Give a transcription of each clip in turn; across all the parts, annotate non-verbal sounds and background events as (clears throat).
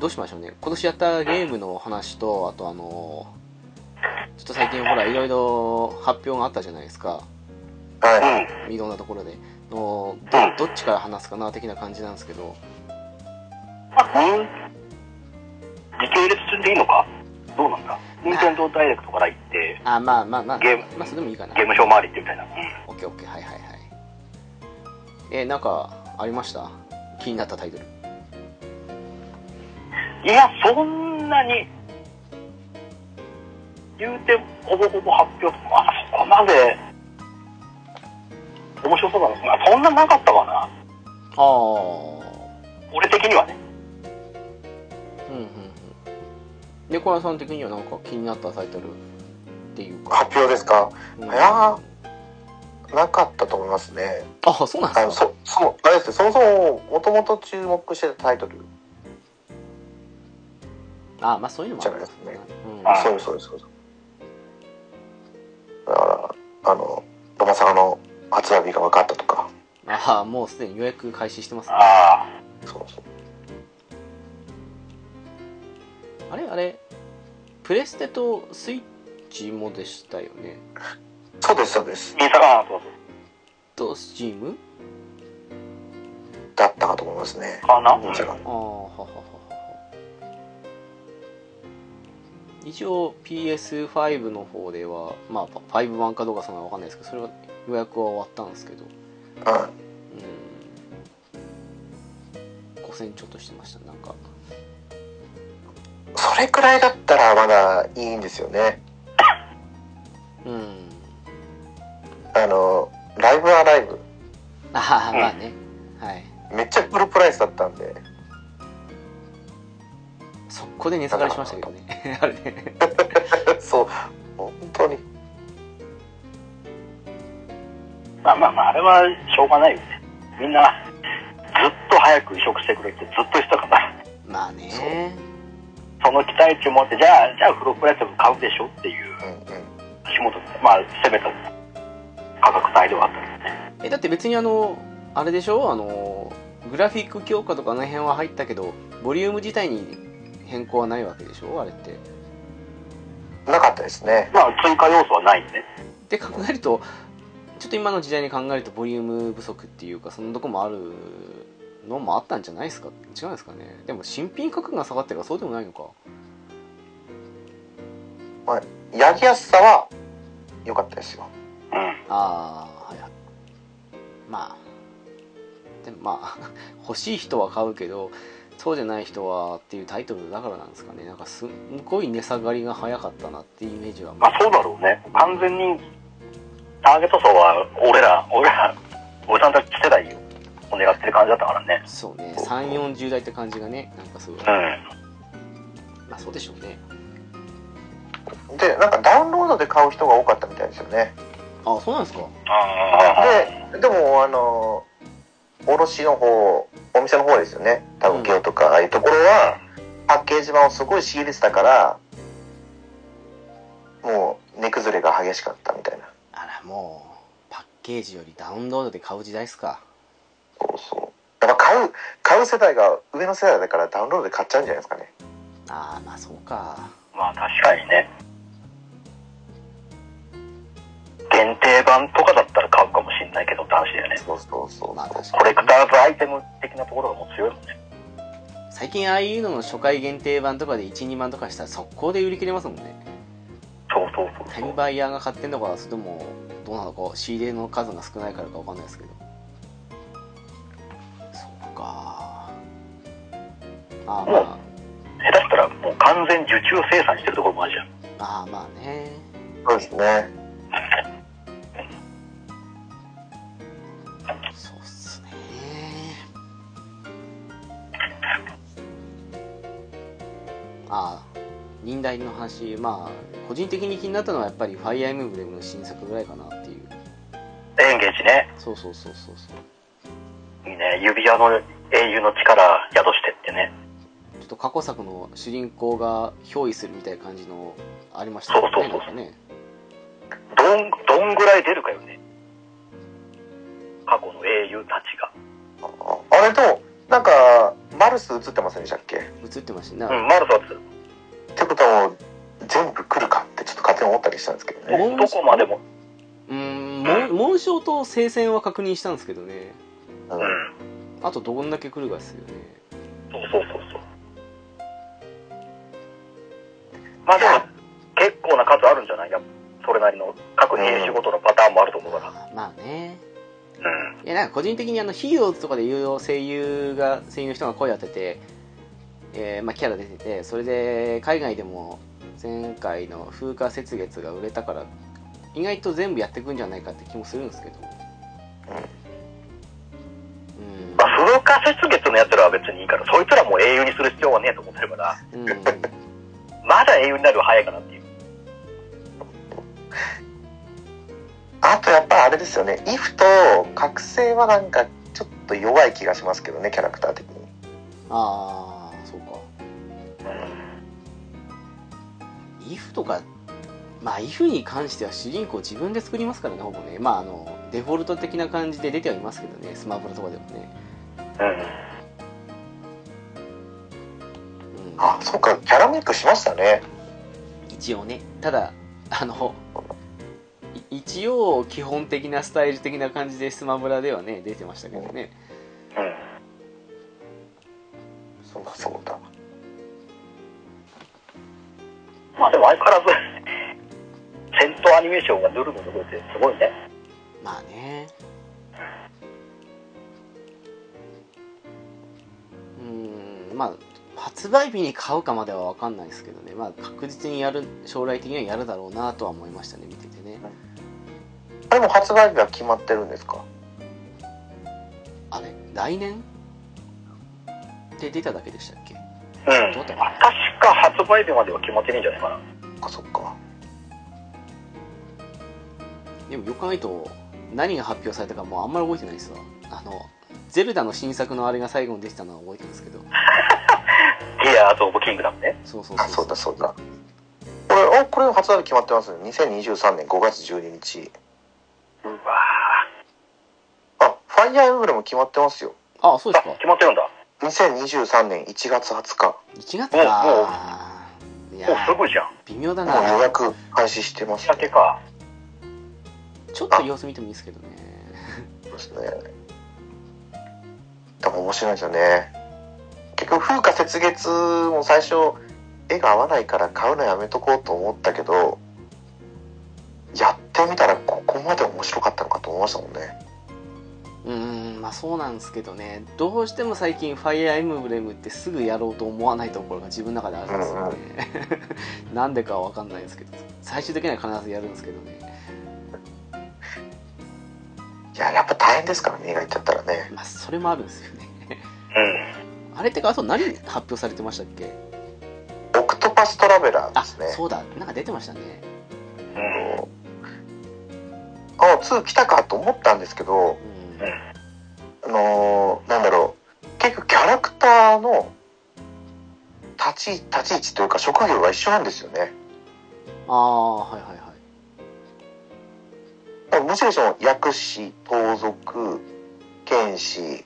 どうしましょうね今年やったゲームの話とあとあのーちょっと最近ほらいろいろ発表があったじゃないですかはい。いろんなところでのどどっちから話すかな的な感じなんですけどうん。時系列順でいいのかどうなんだ任天堂ダイレクトから行って、あまあまあまあゲームまあそれでもいいかなゲーム表回り行ってみたいな。オッケーオッケーはいはいはいえーなんかありました気になったタイトルいや、そんなに、言うて、ほぼほぼ発表、まあ、そこまで、面白そうなんですが、そんななかったかなああ俺的にはね。うんうんうん猫屋さん的にはなんか気になったタイトルっていうか発表ですかうんいやーなかったと思いますねあそうなんあでのすかそそうあれですねそもそももともと注目してたタイトルあまあそういうのもありますじゃねないうんはいそうですそうですそうですだからあのドマサガの初並みが分かったとかああもうすでに予約開始してますねああそうそうれあれプレステとスイッチもでしたよねそうですそうですあ、インスタかな、そうそうとスチームだったかと思いますねかなドマサガああははははは一応 PS5 の方ではまあ5版かどうかそんなのわかんないですけどそれは予約は終わったんですけどはうん5000ちょっとしてましたなんかいそれくらいだったらまだいいんですよねうんあのライブはライブああまあね、はいめっちゃフルプライスだったんで (laughs) 速攻で値下がりしましたけどね (laughs) あれねそう本当にまあまあまあ、あれはしょうがないよね。みんな、ずっと早く移植してくれってずっとしてたから。まあねその期待値を持って、じゃあ、じゃあフロップライスも買うでしょっていう、うんうん足元、まあ、せめて価格帯ではあったんですね。えだって別にあのあれでしょあのグラフィック強化とかあの辺は入ったけどボリューム自体に変更はないわけでしょあれってなかったですねまあ、追加要素はないんでね。で考えるとちょっと今の時代に考えるとボリューム不足っていうかそんなとこもあるのもあったんじゃないですか違うんですかねでも新品価格が下がってるからそうでもないのかやりやすさは良かったですようん。ああはいまあでもまあ (laughs) 欲しい人は買うけどそうじゃない人はっていうタイトルだからなんですかねなんかすんごい値下がりが早かったなっていうイメージはまあ、そうだろうね。完全に、ターゲット層は、俺ら、俺ら、おじさんたち世代を狙ってる感じだったからね。そうね340代って感じがねなんかすごいまあそうでしょうねでなんかダウンロードで買う人が多かったみたいですよねあそうなんですかうん。ででもあの卸の方お店の方ですよね多うん分ゲオとかああいうところはパッケージ版をすごい仕入れてたからもう値崩れが激しかったみたいなあらもうパッケージよりダウンロードで買う時代っすかそうそうやっぱ買う買う世代が上の世代だからダウンロードで買っちゃうんじゃないですかねああまあそうかまあ確かにね。限定版とかだったら買うかもしれないけどって話だよね。そうそうそう。まあ確かコレクターズアイテム的なところがもう強いもんね。最近ああいうのの初回限定版とかで12万とかしたら速攻で売り切れますもんねそうそうそうそう。転売ヤーが買ってんのかそれともどうなのか仕入れの数が少ないからかわかんないですけどそっかああま下手したらもう完全受注生産してるところもあるじゃん。あああまあねそうですね。そうっすねああ忍耐の話まあ個人的に気になったのはやっぱり「ファイアーエムブレム」の新作ぐらいかなっていうエンゲージね。そうそうそうそうそういいね。指輪の英雄の力宿してってね。ちょっと過去作の主人公が憑依するみたいな感じのありましたもんねそうそうそうなんかねどん、どんぐらい出るかよね。過去の英雄たちが。ああれと、なんか、マルス映ってませんでしたっけ映ってましたね、うん、マルサス。ってことはもう、全部来るかってちょっと勝手に思ったりしたんですけどね。おどこまでも。うーん紋紋章と聖戦は確認したんですけどねううんん。あとどんだけ来るかですよねそうそうそうそう。まあでも、結構な数あるんじゃないやっぱそれなりの各兵種ごとのパターンもあると思うから。まあねうん。いやなんか個人的にあのヒーローズとかでいろいろ声優が声優の人が声当てて、えーまあ、キャラ出ててそれで海外でも前回の風化雪月が売れたから意外と全部やってくんじゃないかって気もするんですけどうんまあ、風化雪月のやつらは別にいいから、そいつらも英雄にする必要はねえと思ってるから、うん、まだ英雄になるは早いかなっていう。あとやっぱあれですよね。イフと覚醒はなんか、ちょっと弱い気がしますけどね、キャラクター的に。ああそうかイフとかまあイフに関しては主人公自分で作りますからねほぼねまああのデフォルト的な感じで出てはいますけどねスマブラとかでもね、うん。うん、あ、そうか、キャラメイクしましたね。一応ねただあのい一応基本的なスタイル的な感じでスマブラではね出てましたけどねうん。そうだ、そうだ。まあでも相変わらず、 (laughs) 戦闘アニメーションがヌルヌル動いてすごいね。まあねうーんまあ発売日に買うかまでは分かんないですけどねまあ確実にやる将来的にはやるだろうなとは思いましたね見ててねあれも発売日が決まってるんですかあれ来年って出ただけでしたっけうんどうだろう確か発売日までは決まってねえんじゃないかな。そっか、そっか。でもよく考えると何が発表されたかもうあんまり覚えてないですわあのゼルダの新作のあれが最後に出てたのは覚えてるんですけどギアーズ・オブ・キングダムね。そうそうそあ、うそうだ、そうだ。これ、お、これ発売日決まってますね。2023年5月12日。うわあ、ファイアーエムブレも決まってますよ。あそうーであ、決まってるんだ。 2023年1月20日。すか1月かいやお、すごいじゃん。微妙だもう予な約開始してます、年明けか。ちょっと様子見てもいいですけどねそうですね。多分面白いですよね。結局、風化雪月も最初、絵が合わないから買うのやめとこうと思ったけど、やってみたらここまで面白かったのかと思いましたもんね。うーんまあそうなんですけどねどうしても最近ファイアーエムブレムってすぐやろうと思わないところが自分の中であるんですよね (laughs) なんでかは分かんないですけど最終的には必ずやるんですけどねいや、やっぱ大変ですからね、描いちゃったらね。まあそれもあるんですよね (laughs) うん。あれってかあと何発表されてましたっけオクトパストラベラーあですね。そうだなんか出てましたねうん。あ、2来たかと思ったんですけど、うんうんあのーなんだろう結局キャラクターの立ち立ち位置というか職業が一緒なんですよねああはいはいはいだからむしろその薬師盗賊剣士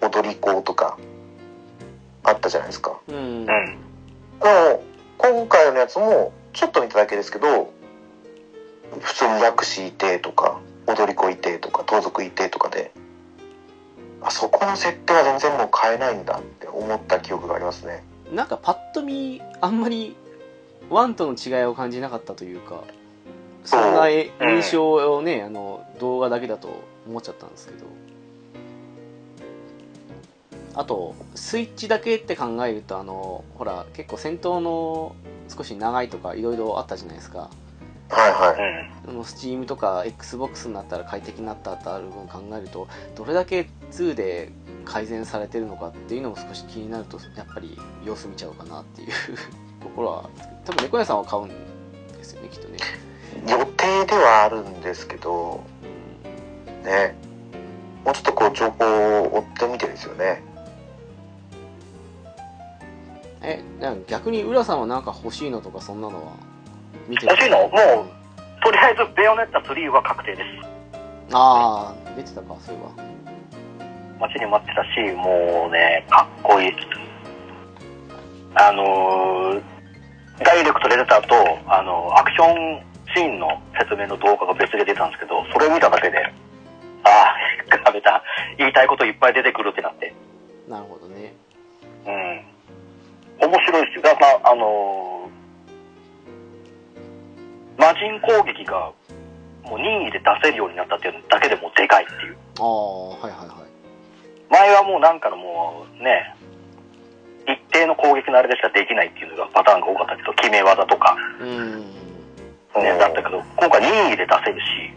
踊り子とかあったじゃないですかうんうん。でも今回のやつもちょっと見ただけですけど普通に薬師いてとか踊り子いてとか盗賊いてとかであそこの設定は全然もう変えないんだって思った記憶がありますねなんかパッと見あんまりワンとの違いを感じなかったというかそんなえうん印象をね、あの動画だけだと思っちゃったんですけどあとスイッチだけって考えるとあのほら結構戦闘の少し長いとかいろいろあったじゃないですかはいはういあん。の Steam とか XBOX になったら快適になったってある分考えるとどれだけ2で改善されてるのかっていうのも少し気になるとやっぱり様子見ちゃおうかなっていう (laughs) ところは多分猫屋さんは買うんですよねきっとね、予定ではあるんですけどねもうちょっとこう情報を追ってみてですよねえなんか逆に浦さんはなんか欲しいのとかそんなのは見てる欲しいのもうとりあえず、ベヨネッタ3は確定です。ああ出てたかそういえば待ちに待ってたし、もうね、かっこいい。あのーダイレクトで出た後、あのアクションシーンの説明の動画が別で出たんですけど、それを見ただけで、ああ、ガベた、言いたいこといっぱい出てくるってなって、なるほどねうん。面白いですよ。だから、あのー魔人攻撃が、もう任意で出せるようになったっていうだけでもうでかいっていう。ああはいはいはい前はもうなんかのもうね一定の攻撃のあれでしかできないっていうのがパターンが多かったけど決め技とか、うーんね、うんだったけど今回任意で出せるし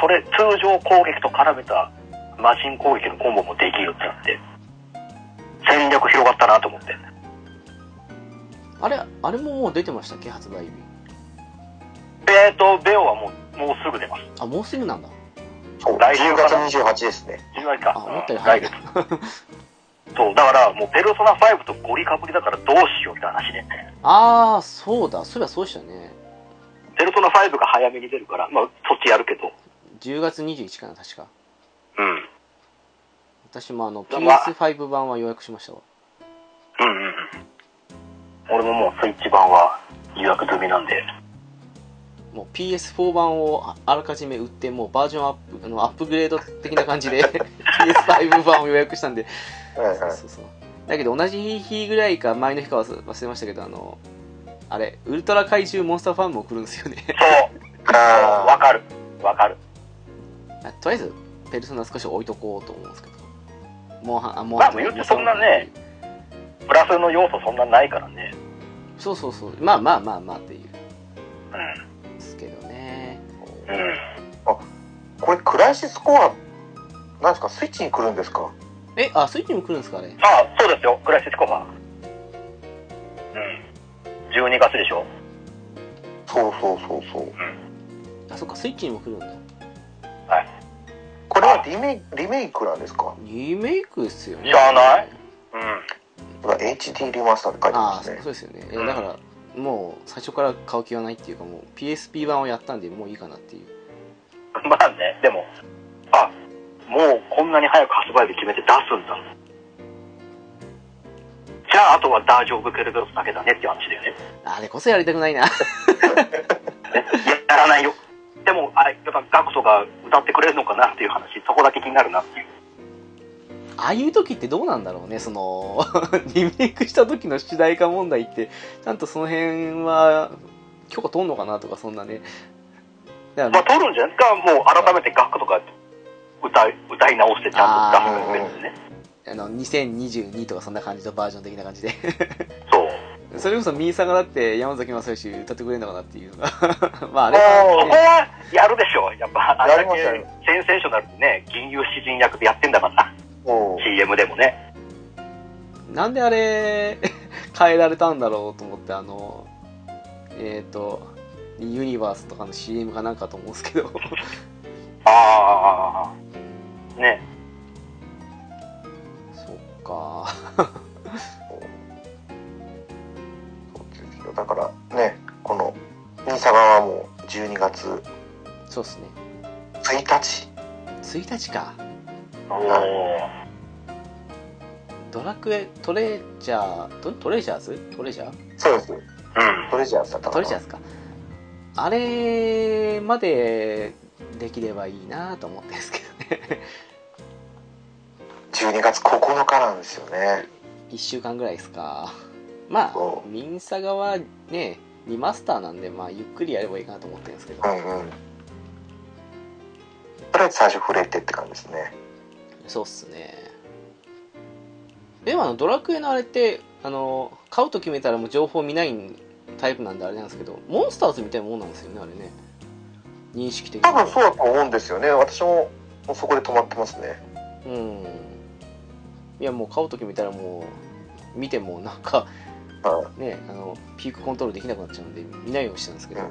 それ通常攻撃と絡めた魔人攻撃のコンボもできるってなって戦略広がったなと思ってあれあれももう出てましたっけ発売日えーとベオはもうもうすぐ出ますあもうすぐなんだそう来週10か月ら28ですね10割かあ思ったより早来い月そうだからもう「ペルソナ5」とゴリかぶりだからどうしようって話でああそうだそういえばそうでしたね「ペルソナ5」が早めに出るからまあそっちやるけど10月21日かな確かうん私もあのうわ PS5 版は予約しましたわうんうんうん俺ももうスイッチ版は予約済みなんでもう PS4 版をああらかじめ売ってもうバージョンアップあのアップグレード的な感じで (laughs) PS5 版を予約したんではいはそういそうそうだけど同じ日ぐらいか前の日かは忘れましたけどあのあれウルトラ怪獣モンスターファームも来るんですよね (laughs) そうわあかるわかるあとりあえずペルソナ少し置いとこうと思うんですけどもうはあもまあ言うてそんなねプラスの要素そんなないからねそうそうそうまあまあまあまあっていううですけどねんうんーこれクライシスコアなんですかスイッチに来るんですかえあスイッチにも来るんですかあれあそうですよクライシスコマうん12月でしょそうそうそうそうあそっかスイッチにも来るんだこれはリメイリメイクなんですかリメイクですよねじゃないうん (laughs) ほら HD リマスターって書いてあまあすそうねですよねえうんだからもう最初から買う気はないっていうかもう PSP 版をやったんでもういいかなっていうまあねでもあもうこんなに早く発売日決めて出すんだじゃああとはダージョブ・ケルベロスだけだねっていう話だよねあれこそやりたくないな (laughs) やらないよ。でも、あれ、やっぱガクトが歌ってくれるのかなっていう話、そこだけ気になるなっていう。ああいう時ってどうなんだろうねその (laughs) リメイクした時の主題歌問題ってちゃんとその辺は許可取んのかなとかそんなねだかまあ、ら取るんじゃないですか、もう改めてガクトが歌い歌い直してちゃんと出してくれるんですね。あの2022とかそんな感じとバージョン的な感じでそう。それこそミーサがだって山崎まさよし歌ってくれるのかなっていうのが (laughs) まああれそは、こね、はやるでしょう。やっぱ、あやれりだけますセよンセーショナルでね、銀融詩人役でやってんだから、おー CM でもね。なんであれ変えられたんだろうと思ってあのえっ、とユニバースとかの CM かなんかと思うんですけどああ。ね。そっかそうですよだからねこのニーサガはもう12月そうっすね1日1日かおドラクエトレジャートトレジャーズトレジャーそうですうんトレジャーズだったのか取れちゃうんですかあれまでできればいいなと思ってるんですけどね12月9日なんですよね1週間ぐらいですかまあそミンサガはねリマスターなんでまあゆっくりやればいいかなと思ってるんですけど、うんうんとりあえず最初触れてって感じですねそうっすねでもあのドラクエのあれってあの買うと決めたらもう情報見ないタイプなんであれなんですけどモンスターズみたいなもんなんですよねあれね認識的に多分そうだと思うんですよね私ももうそこで止まってますねうんいやもう買うと決めたらもう見てもなんかはねあのピークコントロールできなくなっちゃうんで見ないようにしてるんですけど、うん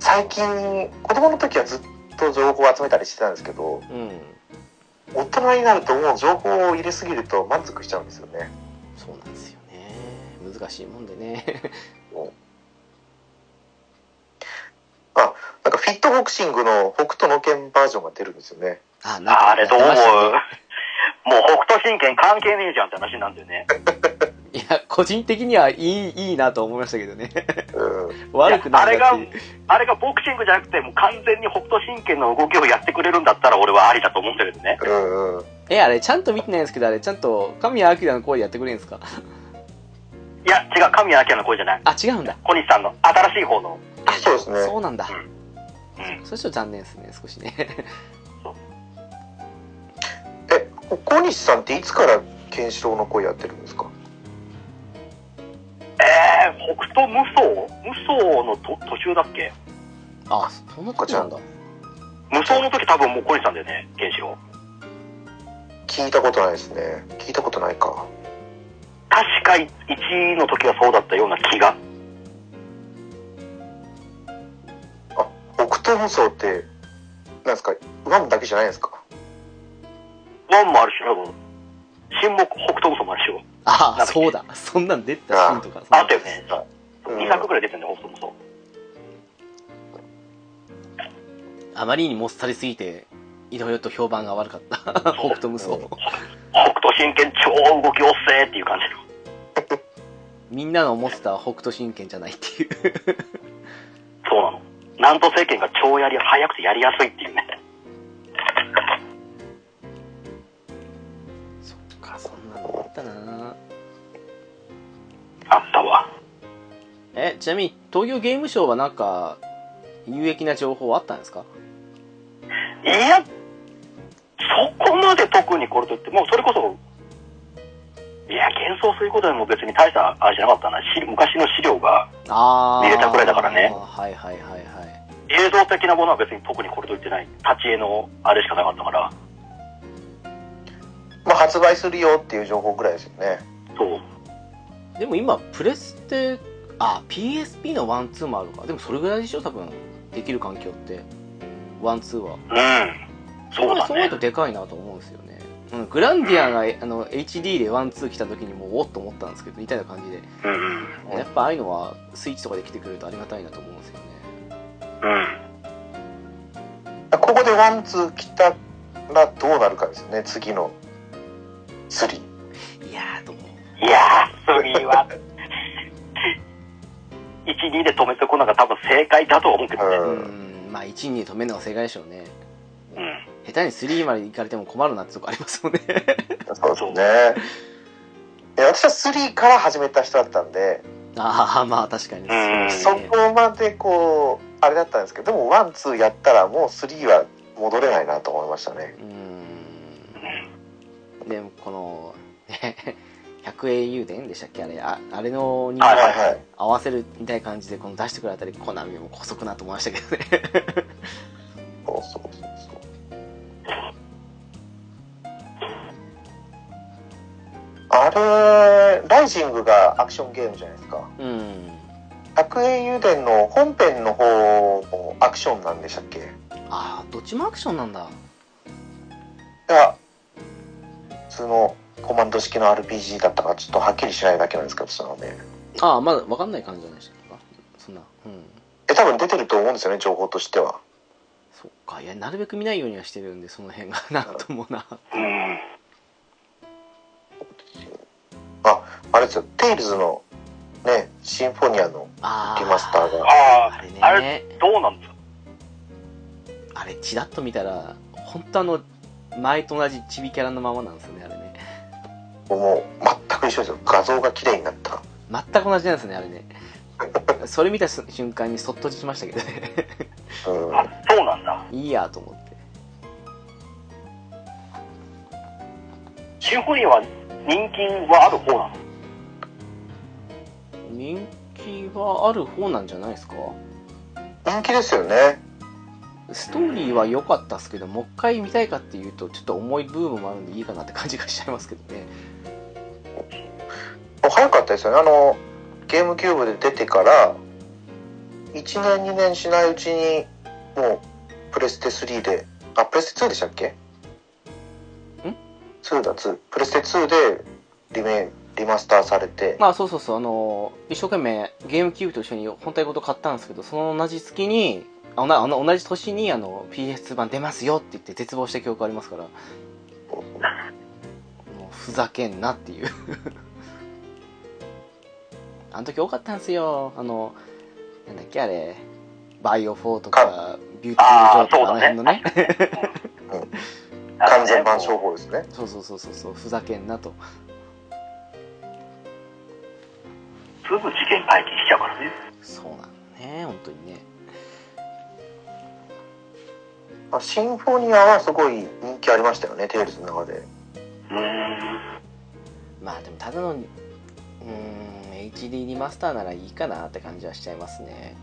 最近子供の時はずっと情報を集めたりしてたんですけどうん、大人になるともう情報を入れすぎると満足しちゃうんですよねそうなんですよね難しいもんでねなんかフィットボクシングの北斗の拳バージョンが出るんですよね (laughs) あなんかあれどうや思ってうましたねもう北斗神拳関係ねえじゃんって話なんだよねいや個人的にはいいいいなと思いましたけどね (laughs) うん悪くないなっていうあれがボクシングじゃなくてもう完全に北斗神拳の動きをやってくれるんだったら俺はありだと思うんだけどねうんうんえあれちゃんと見てないんですけどあれちゃんと神谷明の声でやってくれるんですかいや違う神谷明の声じゃないあ違うんだ小西さんの新しい方のあそうですねそうなんだ、うんそれちょっと残念ですね少しねえ小西さんっていつからケンシロウの声やってるんですかえー、北斗無双無双のと途中だっけ (laughs) あそんなことなんだ無双の時多分もう小西さんだよねケンシロウ聞いたことないですね聞いたことないか確か1の時はそうだったような気があ北斗無双ってなんですかワンだけじゃないんですかワンもあるし多分新木北斗無双もあるしよあなんだっけそうだそんなん出てたシーンとかあったよねうん2作ぐらい出てるね北斗無双あまりにもっさりすぎていろいろと評判が悪かった北斗無双うん北斗神拳超動き遅えっていう感じのみんなの思ってた北斗神拳じゃないっていうそうなの南都政権が超やり早くてやりやすいっていうねそっかそんなのあったなあったわえちなみに東京ゲームショウはなんか有益な情報あったんですかいやそこまで特にこれといってもうそれこそいや幻想することでも別に大したあれじゃなかったなし昔の資料がああ見れたくらいだからねはいはいはいはい映像的なものは別に特にこれといってない立ち絵のあれしかなかったからまあ発売するよっていう情報ぐらいですよねそうでも今プレステあ PSP のワンツーもあるかでもそれぐらいでしょ多分できる環境ってワンツーはうんそうだそうなるねとでかいなと思うんですよね、うん、グランディアが、あの HD でワンツー来た時にもうおっと思ったんですけどみたいな感じでうんうんやっぱああいうのはスイッチとかで来てくれるとありがたいなと思うんですよねうんここでワンツー来たらどうなるかですよね次のスリーいやーと思ういやー次は (laughs) 12で止めてこなが多分正解だとは思うけどねうんうんまあ1に止めるのが正解でしょうねうん下手に3まで行かれても困るなってとこあります (laughs) もんねそうですねえ私はスリーから始めた人だったんで、ああまあ確かにそううんですそねこまでこうあれだったんですけどでもワンツーやったらもうスリーは戻れないなと思いましたねうんでもこのね 100au でんでしたっけあれああれのにはいはいはい合わせるみたいな感じでこの出してくるあたりコナミも細くなと思いましたけどねそうそうそうそうあれライジングがアクションゲームじゃないですか (laughs) うん百英油田の本編の方もアクションなんでしたっけああどっちもアクションなんだが普通のコマンド式の RPG だったかちょっとはっきりしないだけなんですけどそのねああまだ分かんない感じじゃないでしたっけかそんなうんえ多分出てると思うんですよね情報としてはそっかいやなるべく見ないようにはしてるんでその辺がなんともなうんあれですよ、テイルズのね、シンフォニアの、あリマスターがああれねあれどうなんですかあれチラッと見たら本当あの前と同じチビキャラのままなんですよねあれねもう全く一緒ですよ。画像が綺麗になった。全く同じなんですねあれねそれ見た瞬間にそっとしましたけどね (laughs) うん。あそうなんだいいやと思ってシンフォニーは人気はある方なの人気はある方なんじゃないですか人気ですよね。ストーリーは良かったですけどもう一回見たいかっていうとちょっと重いブームもあるんでいいかなって感じがしちゃいますけどねもう早かったですよね。あの、ゲームキューブで出てから、1年2年しないうちに、もう、プレステ3で、あ、プレステ2でしたっけん ?2 だ、2。プレステ2でリメ、リマスターされて、まあそうそうそうあの一生懸命ゲームキューブと一緒に本体ごと買ったんですけどその同じ月にあのあの同じ年にあの PS2 版出ますよって言って絶望した記憶ありますからもうふざけんなっていう (laughs) あの時多かったんですよあのなんだっけあれバイオ4とかビューティフルジョーとかあの辺のね完全版商法ですね。そうそうそうそうそうふざけんなとすぐ事件解決しちゃうからねそうなんだね本当にねあシンフォニアはすごい人気ありましたよね、テイルズの中で。うーんまあでもただのうーん HD リマスターならいいかなって感じはしちゃいますね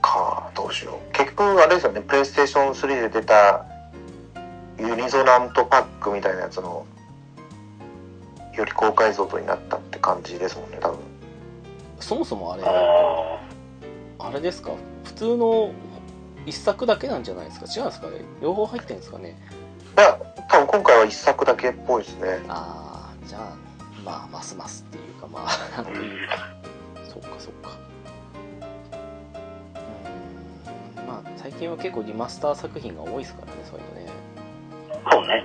かどうしよう結局あれですよねプレイステーション3で出たユニゾナントパックみたいなやつのより高解像度になったって感じですもんね多分そもそもあれああれですか普通の一作だけなんじゃないですか違うんですかね両方入ってるんですかねいや多分今回は一作だけっぽいですねああじゃあまあますますっていうかまあなんていう (laughs) そうかそうかうーんまあ最近は結構リマスター作品が多いですからねそういうのねーそうね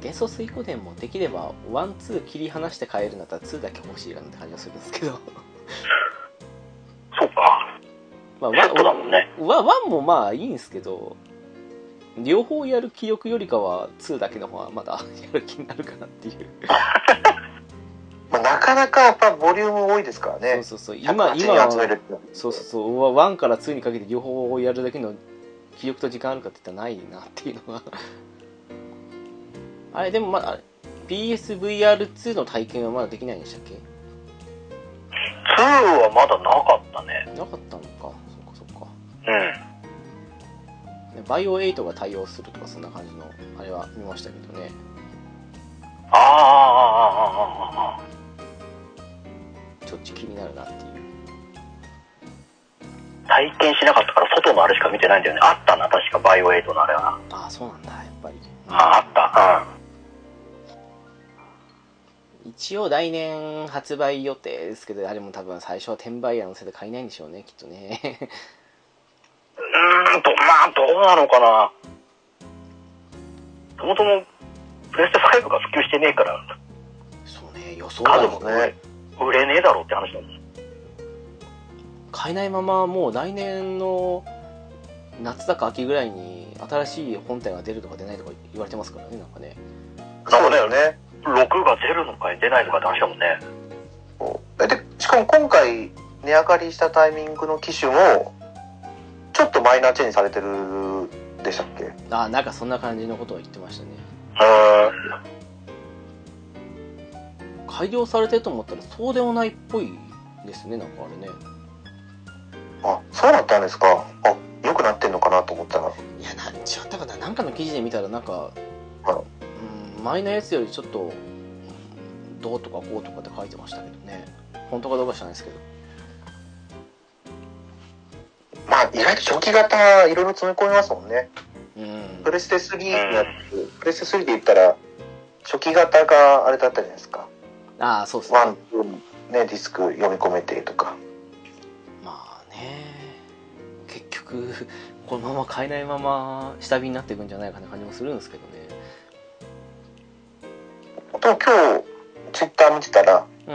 幻想水湖伝もできればワンツー切り離して変えるんだったらツーだけ欲しいなって感じがするんですけど (laughs) そうかまあセットだワンもんねワンワンもまあいいんですけど両方やる気力よりかは2だけの方がまだ (laughs) やる気になるかなっていうまあ、なかなかやっぱボリューム多いですからそうねそうそう今108今人集めるっはてのはそうそうそうワワンから2にかけて両方をやるだけの気力と時間あるかって言ったらないなっていうのが (laughs) あれでもまだあれ PSVR2 の体験はまだできないんでしたっけ2はまだなかったねなかったのかそっかそっかうんバイオ8が対応するとかそんな感じのあれは見ましたけどねああああああああちょっち気になるなっていう体験しなかったから外のあれしか見てないんだよねあったな確かバイオエイトのあれはああそうなんだやっぱりああっ一応来年発売予定ですけどあれも多分最初は転売屋のせいで買えないんでしょうねきっとねたうんうーんとまあどうなのかなそもそもプレステ5が普及してねえからそうね予想数外ものね売れねえだろうって話なんです買えないままもう来年の夏だか秋ぐらいに新しい本体が出るとか出ないとか言われてますからねなんかねそうだよね6が出るのか出ないのかって話だもんねそうえでしかも今回値上がりしたタイミングの機種もちょっとマイナーチェンジされてるでしたっけああなんかそんな感じのことを言ってましたねうん改良されてると思ったらそうでもないっぽいですねなんかあれねあそうだったんですかあ良くなってんのかなと思ったいらやな違ったかななんかの記事で見たらなんか、あらうん、前のやつよりちょっとどうとかこうとかって書いてましたけどね本当かどうか知らないですけどまあ、意外と初期型、いろいろ詰め込みますもんね。うんプレステ3のやつ、プレステ3で言ったら、初期型があれだったじゃないですか。ああそうですねワン、ツーね、ディスク読み込めてとか。まあね結局局このまま買えないまま下火になっていくんじゃないかな感じもするんですけどでも今日、ツイッター見てたら、ねうん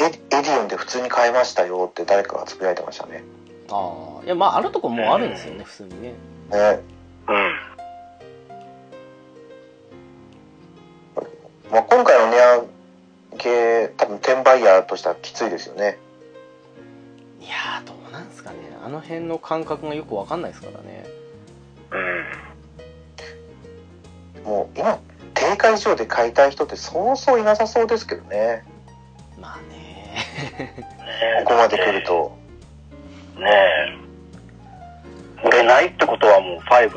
エエディオンで普通に買いましたよって誰かがつぶやいてましたね。ああいやまああるとこもうあるんですよね普通にねね。うん。まあ、今回の値上げ、多分転売ヤーとしてはきついですよね。いやーどうなんですかねあの辺の感覚がよくわかんないですからねうん。もう今、定価以上で買いたい人ってそうそういなさそうですけどね。まあね (laughs) ここまで来ると。ねえ売れないってことはもう5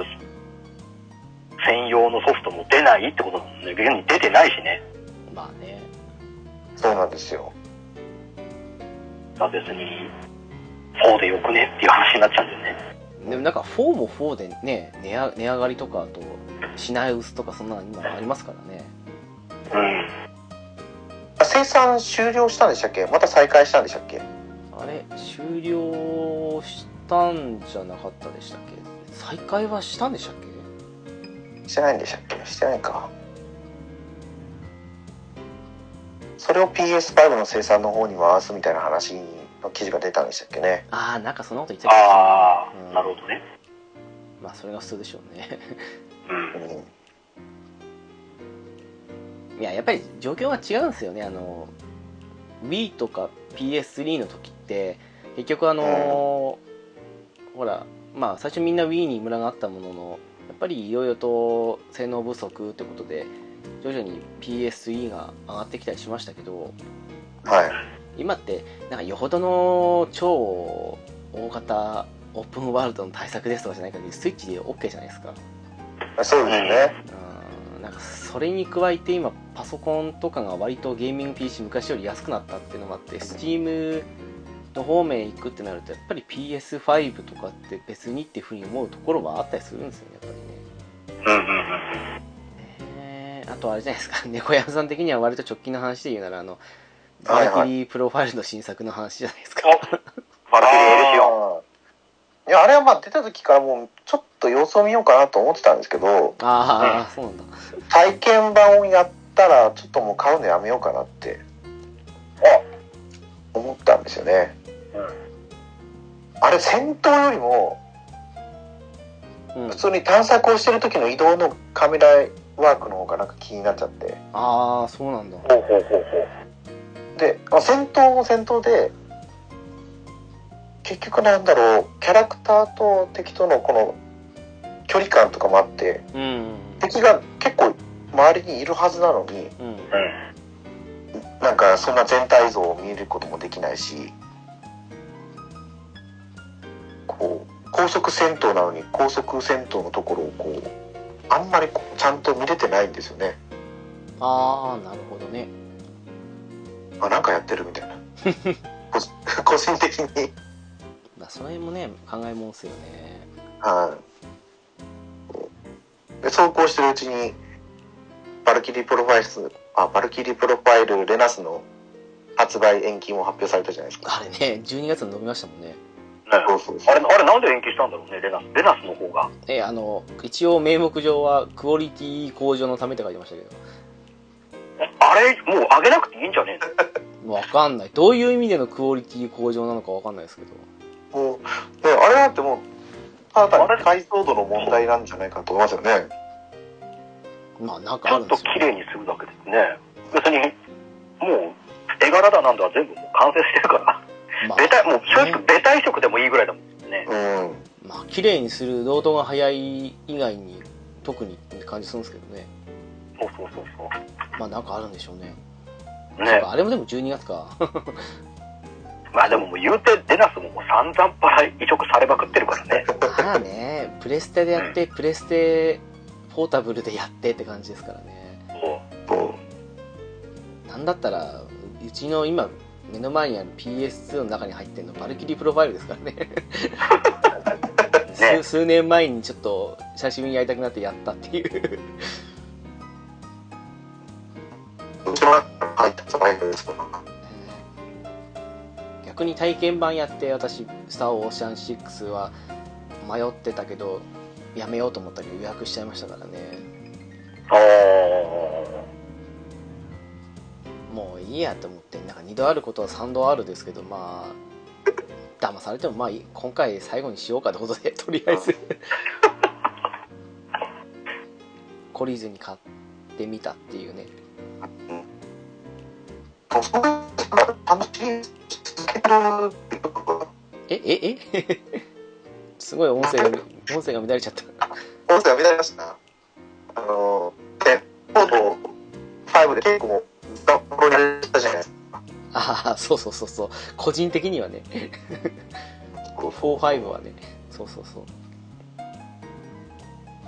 専用のソフトも出ないってことだもんね現に出てないしねまあねそうなんですよ。まあ別にそうでよくねっていう話になっちゃうんだよねでもなんか4も4でね値上値上がりとかあと品薄とかそんなの今ありますからねうん生産終了したんでしたっけまた再開したんでしたっけあれ終了したんじゃなかったでしたっけ再開はしたんでしたっけしてないんでしたっけしてないか。それを PS5 の生産の方に回すみたいな話の記事が出たんでしたっけね。ああなんかそんなこと言ってたけどあうあんなるほどねまあそれが普通でしょうねうんうんいややっぱり状況が違うんですよねあの Wii とか PS3 の時って結局あのーほらまあ最初みんな Wii にムラがあったもののやっぱりいろいろと性能不足ってことで徐々に PS3 が上がってきたりしましたけどはい。今ってなんかよほどの超大型オープンワールドの対策ですとかじゃない限りスイッチで OK じゃないですかそうですね。うんなんかそれに加えて今パソコンとかが割とゲーミング PC 昔より安くなったっていうのもあって Steam の方面行くってなるとやっぱり PS5 とかって別にっていうふうに思うところはあったりするんですよねやっぱりねうんうんうんえーあとあれじゃないですか猫山さん的には割と直近の話で言うならあのはバいルはいキリープロファイルの新作の話じゃないですか、バルキリー LC をいや、あれはまあ出た時からもうちょっと様子を見ようかなと思ってたんですけど、ああそうなんだ体験版をやったらちょっともう買うのやめようかなって思ったんですよね。あれ戦闘よりもうん普通に探索をしてる時の移動のカメラワークの方がなんか気になっちゃって。ああそうなんだほうほうほうほうで、まあ、戦闘も戦闘で結局なんだろうキャラクターと敵とのこの距離感とかもあってうん敵が結構周りにいるはずなのにうんうんなんかそんな全体像を見ることもできないしこう高速戦闘なのに高速戦闘のところをこうあんまりこうちゃんと見れてないんですよねああなるほどねあなんかやってるみた (laughs) いな個人個人的にまあ、その辺もね考えもんっすよねはい。で、走行してるうちに、バルキリープロファイルス、あ、バルキリープロファイルレナスの発売延期も発表されたじゃないですか。あれね12月に伸びましたもんねねそうそうそあうれあれなんで延期したんだろうねレナスレナスの方がえあの一応名目上はクオリティ向上のためって書いてましたけどあれもう上げなくていいんじゃねわかんないどういう意味でのクオリティ向上なのかわかんないですけどもう、ね、あれだってもう、ただ単に解像度の問題なんじゃないかと思いますよね。まあなんえのかちあょるっんでとすよ、綺麗にするだけですね別にもう絵柄だなんだは全部もう完成してるからまあベタもう正直ベタ移植でもいいぐらいだもんねうん。まあ綺麗にする労働が早い以外に特にって感じするんですけどねそうそうそうそまあなんかあるんでしょうねうそうねかあれもでも12月かまあでももう言うてデナスももう散々パラ移植されまくってるからねまあね (laughs) プレステでやってプレステポータブルでやってって感じですからねもそうなんだったらうちの今目の前にある PS2 の中に入ってるのバルキリープロファイルです (laughs) からね数数年前にちょっと久しぶりにやりたくなってやったっていううちも入ったじゃないですか。逆逆に体験版やって私「スター・オーシャン6」は迷ってたけどやめようと思ったけど予約しちゃいましたからねおーもういいやと思ってなんか2度あることは3度あるですけどまあ騙されてもまあいい今回最後にしようかってことで (laughs) とりあえず懲りずに買ってみたっていうねもうそういうのが楽しみ続けてるっていうことえええすごい音声が音声が乱れちゃった音声が乱れましたあのでコード5で結構ガッポロにやれたじゃないですかああそうそうそうそう個人的にはね45はねそうそうそう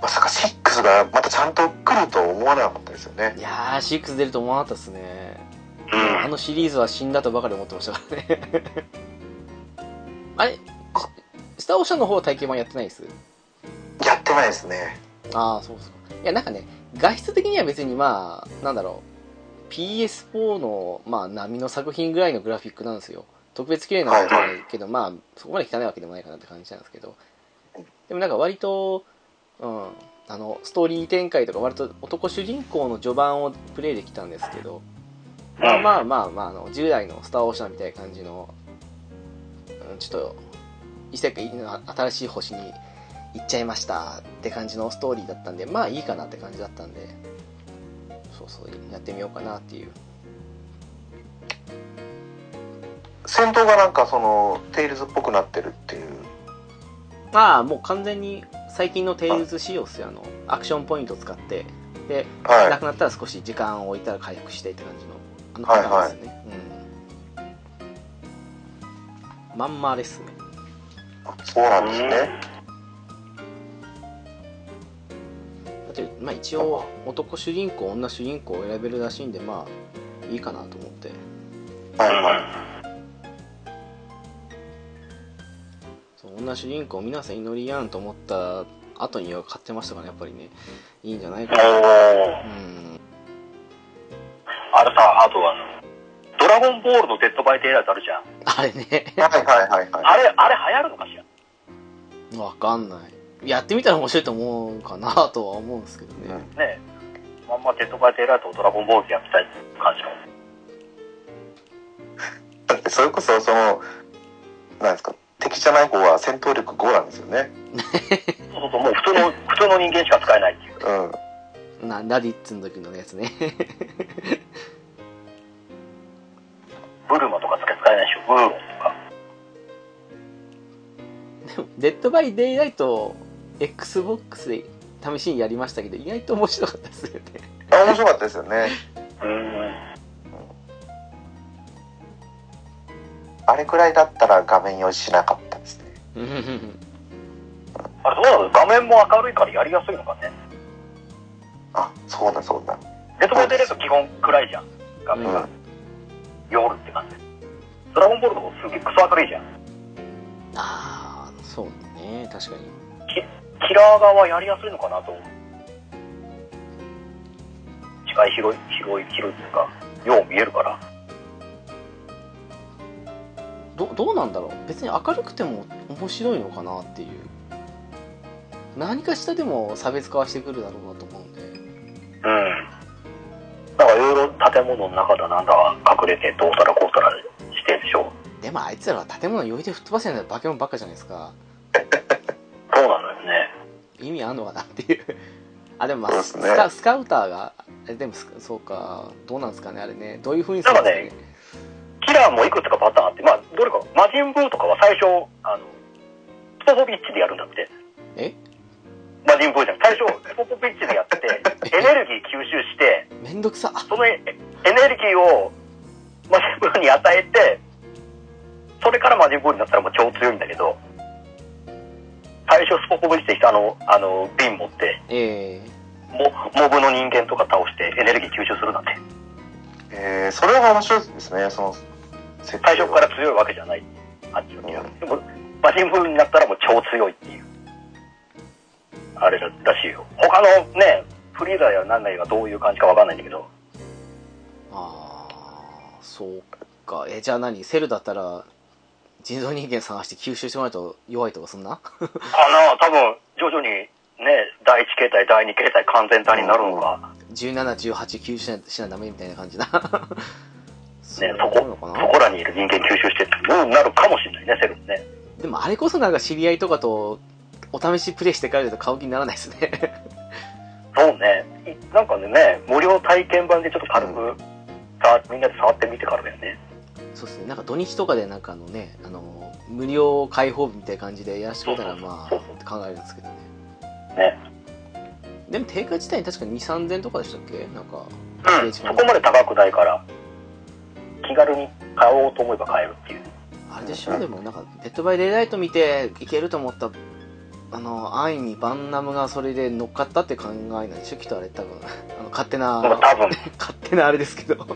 まさか6がまたちゃんと来ると思わなかったですよねいやー6出ると思わなかったですねうんあのシリーズは死んだとばかり思ってましたからね (laughs) あれスター・オーシャンの方は体験版やってないですやってないですねああそうそういやなんかね画質的には別にまあなんだろう PS4 のまあ波の作品ぐらいのグラフィックなんですよ特別綺麗なわけじゃないけど、まあそこまで汚いわけでもないかなって感じなんですけどでもなんか割とうんあのストーリー展開とか割と男主人公の序盤をプレイできたんですけどまあまあまあまああの従来の「スター・オーシャン」みたいな感じの、うん、ちょっと異世界の新しい星に行っちゃいましたって感じのストーリーだったんでまあいいかなって感じだったんでそうそうやってみようかなっていう戦闘がなんかそのテイルズっぽくなってるっていうまあもう完全に最近のテイルズ仕様っすよあのアクションポイント使ってで、はいなくなったら少し時間を置いたら回復してって感じのあのパタはいはーいンですね、うんまんまですねあそうなんですねだってまあ一応男主人公女主人公を選べるらしいんでまあいいかなと思ってはいはいそう女主人公皆さん祈りやんと思った後には買ってましたからねやっぱりねいいんじゃないかなおーうん (laughs) あれさ、あとあの、ドラゴンボールのデッドバイデイライトあるじゃん。あれねはいはいはいはあいれ、あれ流行るのかしらわかんないやってみたら面白いと思うかなとは思うんですけどね、ねえまんまデッドバイデイライトをドラゴンボールでやってたいっていう感じの。だってそれこそそのなんですか敵じゃない方は戦闘力5なんですよねそうそうそう、もう普通の、普通の人間しか使えないっていう。うんなラディッツの時のやつね (laughs) ブルマとか使えないでしょ。ブルマとか。でもデッドバイデイライト XBOX で試しにやりましたけど意外と面白かったですよ (laughs) ねあ面白かったですよ (laughs) ねうん。あれくらいだったら画面用意しなかったですねうんうんうんあれどうなの画面も明るいからやりやすいのかね。あそうだそうだデッドバイデイライト基本暗いじゃん。画面が。夜って感じ。ドラゴンボールの方すげえクソ明るいじゃん。ああそうね確かにキラー側はやりやすいのかなと思う。視界広い、広い、広いっていうか、よう見えるから。どどうなんだろう別に明るくても面白いのかなっていう何かしらでも差別化はしてくるだろうなと思うんでうん。だからいろいろ建物の中だなんだは隠れてどうたらこうたらしてんでしょでもあいつらは建物余裕で吹っ飛ばせない化け物ばっかじゃないですかそうなのよね。意味あんのかなっていう (laughs) あでもまあそスうですねカスカウターがえでもスカそうかどうなんですかねあれねどういうふうにするんですかねキラーもいくつかパターンあって、まあ、どれか、魔人ブーとかは最初、あの、スポポビッチでやるんだって。え魔人ブーじゃん。最初、スポポビッチでやって、エネルギー吸収して、めんどくさそのエエネルギーを魔人ブーに与えて、それから魔人ブーになったらもう超強いんだけど、最初スポポビッチでしたあの、あの、瓶持って、ええモモブの人間とか倒してエネルギー吸収するなんてえー、それは面白いですねその設定は最初から強いわけじゃないあっちの気がうんでもマシンブーになったらもう超強いっていうあれららしいよ他のねフリーザーやなんないがどういう感じかわかんないんだけどああそうかえじゃあ何セルだったら人造人間探して吸収してもらうと弱いとかそんなあの、多分、徐々に、ね、第一形態、第二形態、完全体になるのが、 1718吸収しないしないとダメみたいな感じなそうねいう、そのこ、かそこらにいる人間吸収してって、うん、なるかもしれないね、セルフね。なでもあれこそなんか知り合いとかとお試しプレイして帰ると買う気にならないですね (laughs) そうね。いなんかね、無料体験版でちょっと軽く、うさみんなで触ってみてからだよね。そうですねなんか土日とかでなんかあのねあの無料開放日みたいな感じでやらせてくれたらまあ考えるんですけどねねでも定価自体に確か2 3 0 0 0とかでしたっけなんかうん、そこまで高くないから、気軽に買おうと思えば買えるっていう。あれでしょでもなんか「デッド・バイ・デイ・ライト」見ていけると思ったあの安易にバンナムがそれで乗っかったって考えないでしょきっとあれ多分 (laughs) あの勝手なまあ多分、勝手なあれですけど (laughs)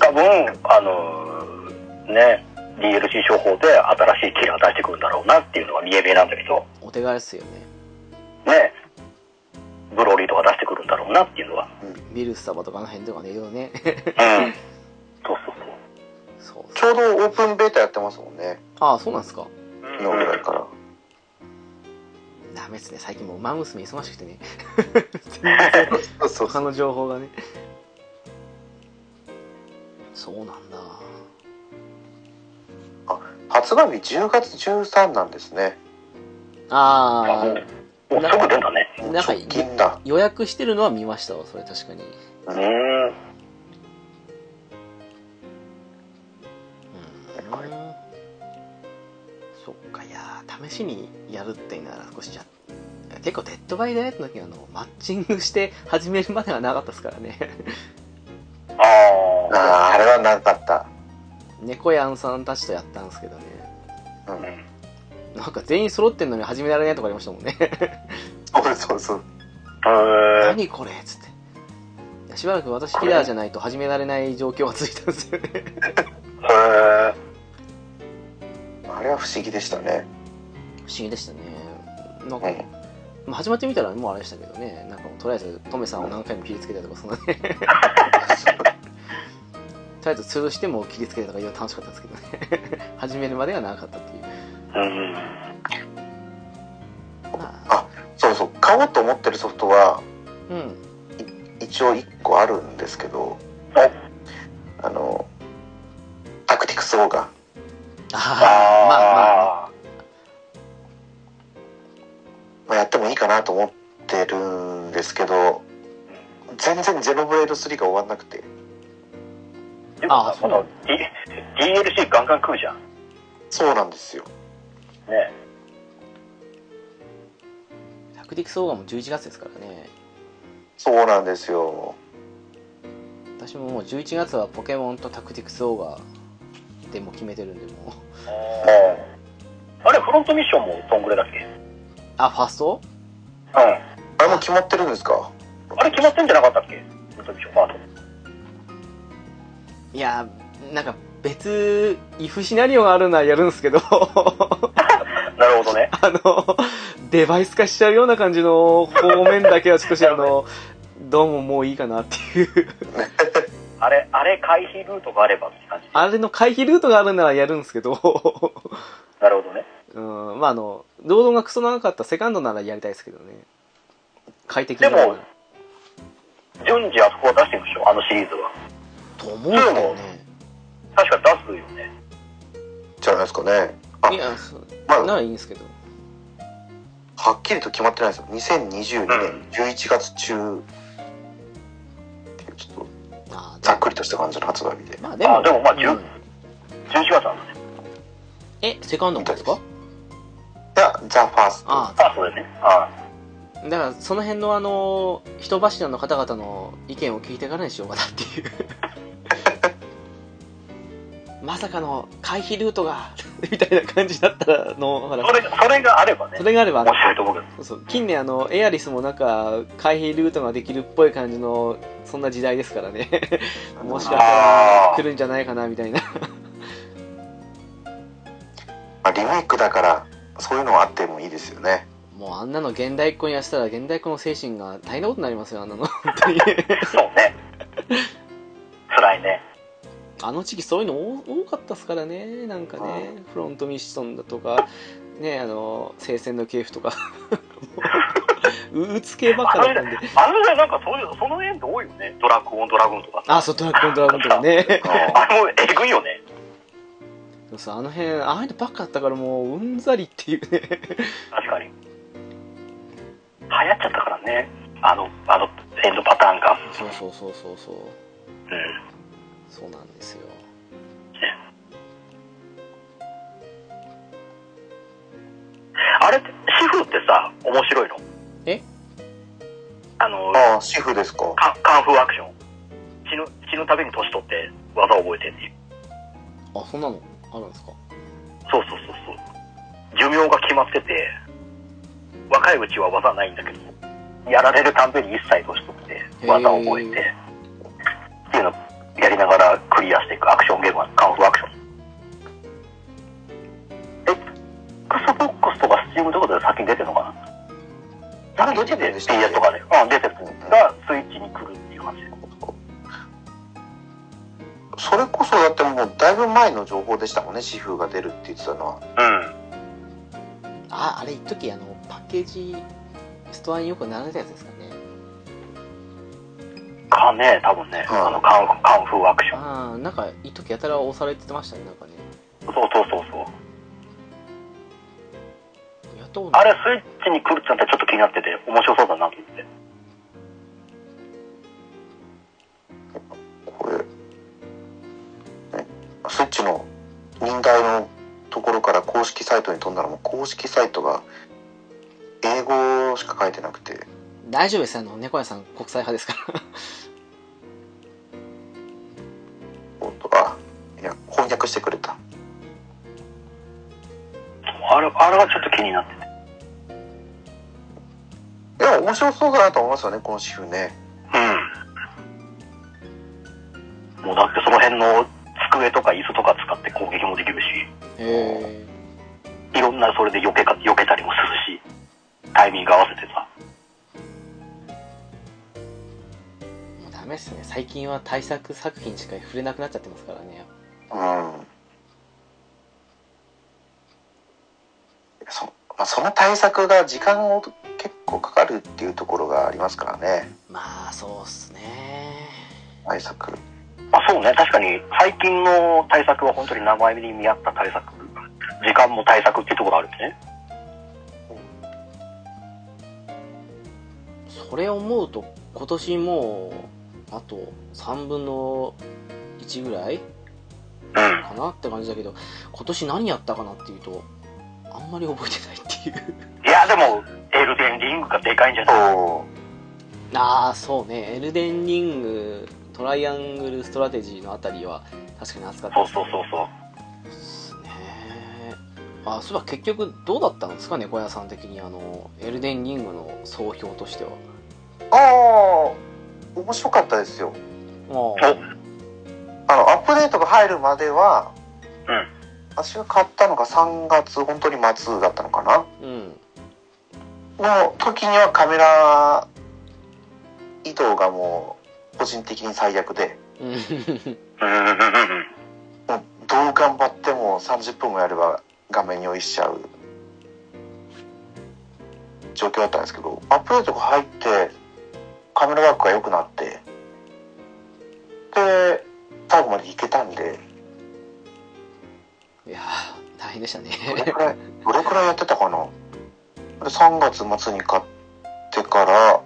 多分、あのーね、DLC 商法で新しいキラー出してくるんだろうなっていうのが見え見えなんだけど、お手柄ですよねね、ブロリーとか出してくるんだろうなっていうのは。ビルス様とかあの辺とかねいろいろね (laughs) (laughs) うん。そうそうそう。そうちょうどオープンベータやってますもんねああそうなんですか昨日ぐらいからダメっすね最近もう馬娘忙しくて (laughs) ねそうそう他の情報がねそうなんだ発売日10月13なんですねあもあうもうすぐ出たね。もうなんか直近だあ予約してるのは見ましたわそれ確かにうん。うんそっかいやー試しにやるってなら少しじゃ結構デッドバイダイエットの時はあのマッチングして始めるまではなかったですからね (laughs) あああ。ああれはなかった猫やんさんたちとやったんですけどねうんなんか全員揃ってんのに始められないとかありましたもんね (laughs) そうそうそうへえ何これっつっていやしばらく私キラーじゃないと始められない状況が続いたんですよねへあれは不思議でしたね不思議でしたねなんか、う (laughs) んまあ始まってみたらもうあれでしたけどねなんかもうとりあえずトメさんを何回も切りつけたりとかそんなねとりあえず吊るしても切りつけたとかいろいろ楽しかったんですけどね始めるまではなかったっていうえうん。まああそうそう買おうと思ってるソフトはうん一応1個あるんですけどあのタクティクスオーガあああまあまあ、ね、あ。まあやってもいいかなと思ってるんですけど全然ゼノブレード3が終わんなくてでもあさそうまだ D- DLC ガンガン食うじゃん。そうなんですよね。タクティクスオーガも11月ですからねそうなんですよ私ももう11月はポケモンとタクティクスオーガでもう決めてるんでもうあれ、フロントミッションもそんぐらいだっけあファーストうん。あれも決まってるんですかあれ決まってんじゃなかったっけフロントミッションパート。いやなんか別イフシナリオがあるならやるんですけどあなるほどね。のデバイス化しちゃうような感じの方面だけは少しあのどうももういいかなっていうあれ、あれ回避ルートがあればって感じ。あれの回避ルートがあるならやるんですけどなるほどね。うん、まああの、労働がクソ長かったセカンドならやりたいですけどね。快適でなも順次あそこは出してるでしょ、あのシリーズは。と思うんですけどね。確か出すよね。じゃないですかねあいや、そうまなあらいいんですけど。はっきりと決まってないですよ2022年11月中っていうちょっとあざあっくりとした感じの発売日ででもまあでも、あでもまあう十ん11月なんだね。え、セカンドもですかいやザ・ファーストああ、そうですね。ああ、だからその辺のあの、人柱の方々の意見を聞いてからにしようかなって (laughs) いう。まさかの回避ルートが、みたいな感じだったらの、ほらそれそれがあればねそ、れがあれば、面白いと思うけど。そうそう近年あのエアリスもなんか開閉ルートができるっぽい感じのそんな時代ですからねもしかしたら来るんじゃないかなみたいなまあ、リメイクだからそういうのはあってもいいですよねもうあんなの現代っ子にやしたら現代っ子の精神が大変 (laughs) なことになりますよあんなの本当にそうね。辛いね。あの時期そういうの多多かったですからねなんかねフロントミッションだとかねあの聖戦の系譜とか (laughs) もううつ系ばっかだったんであの時代なんかそういうその縁って多いよねドラクオンドラゴンとかさあそうドラゴンドラゴンとかねああれもうえぐいよねそうそうあの辺ああいうのばっかだったからもううんざりっていうね確かに流行っちゃったからねあのあのエンドパターンがそうそうそうそうそううんそうなんですよあれシフってさ面白いのえあのああ、主婦ですか。カンカンフーアクション死ぬ死ぬたびに年取って技を覚えてっていうあそんなのあるんですかそうそうそうそう寿命が決まってて若いうちは技ないんだけどやられるたんびに一切年取って技を覚えへてっていうのをやりながらクリアしていくアクションゲームはカンフーアクション XBOX とか Steam とかで先に出てるのかなあれどどっっちちでで PS したっけとかで、うん、出てるがスイッチに来るっていう感じそれこそだってもうだいぶ前の情報でしたもんね、主婦が出るって言ってたのは。うんああれ一時あのパッケージストアによく並んでたやつですかねかね多分ね、うんあのカンカンフーアクションああなんか一時やたら押されてましたねなんかねそうそうそうそうやったことないあれスイッチに来るってなったらちょっと気になってて面白そうだなと思ってこれ、ね、スイッチの忍台のところから公式サイトに飛んだらもう公式サイトが英語しか書いてなくて、大丈夫ですあの猫屋さん国際派ですからおっとあ、いや、翻訳してくれた。あれあれはちょっと気になってていや、面白そうだなと思いますよね、この主婦ね。うんもうだってその辺の机とか椅子とか使って攻撃もできるしへいろんなそれで避けか避けたりもするしタイミング合わせてさえ (laughs) もうダメですね最近は対策作品しか触れなくなっちゃってますからねうん。そまあ、その対策が時間を結構かかるっていうところがありますからねまあそうっすね対策あそうね確かに最近の対策は本当に名前に見合った対策時間も対策っていうところあるんですねそれ思うと今年もうあと3分の1ぐらいうんかなって感じだけど今年何やったかなっていうとあんまり覚えてないっていう (laughs) いやでもエルデンリングがでかいんじゃないおああそうねエルデンリングトライアングルストラテジーのあたりは確かに熱かったそうですそうそうそうねあそういえば結局どうだったんですかね小屋さん的にあのエルデンリングの総評としてはああ面白かったですよああのアップデートが入るまでは、うん私が買ったのが3月本当に末だったのかあうんなの時にはカメラ移動がもう個人的に最悪でうん (laughs) うんうんうんうんもうどう頑張っても30分もやれば画面に酔いしちゃう状況だったんですけどアップデートが入ってカメラワークが良くなってで最後までいけたんでいやー大変でしたね (laughs) どれくらいどれくらいやってたかなで3月末に買ってから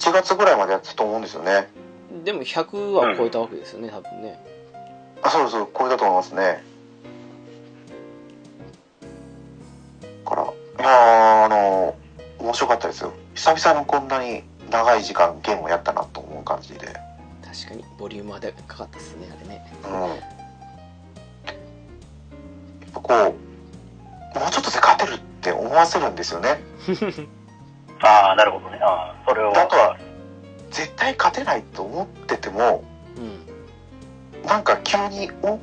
1月ぐらいまでやってたと思うんですよねでも100は超えたわけですよね、多分ねあそうそうこれだと思いますねだからいやーあの面白かったですよ久々にこんなに長い時間ゲームをやったなと思う感じで確かにボリュームはでかかったっすねあれねうんやっぱこうもうちょっとで勝てるって思わせるんですよねああなるほどねああそれをだとは絶対勝てないと思っててもうんなんか急にお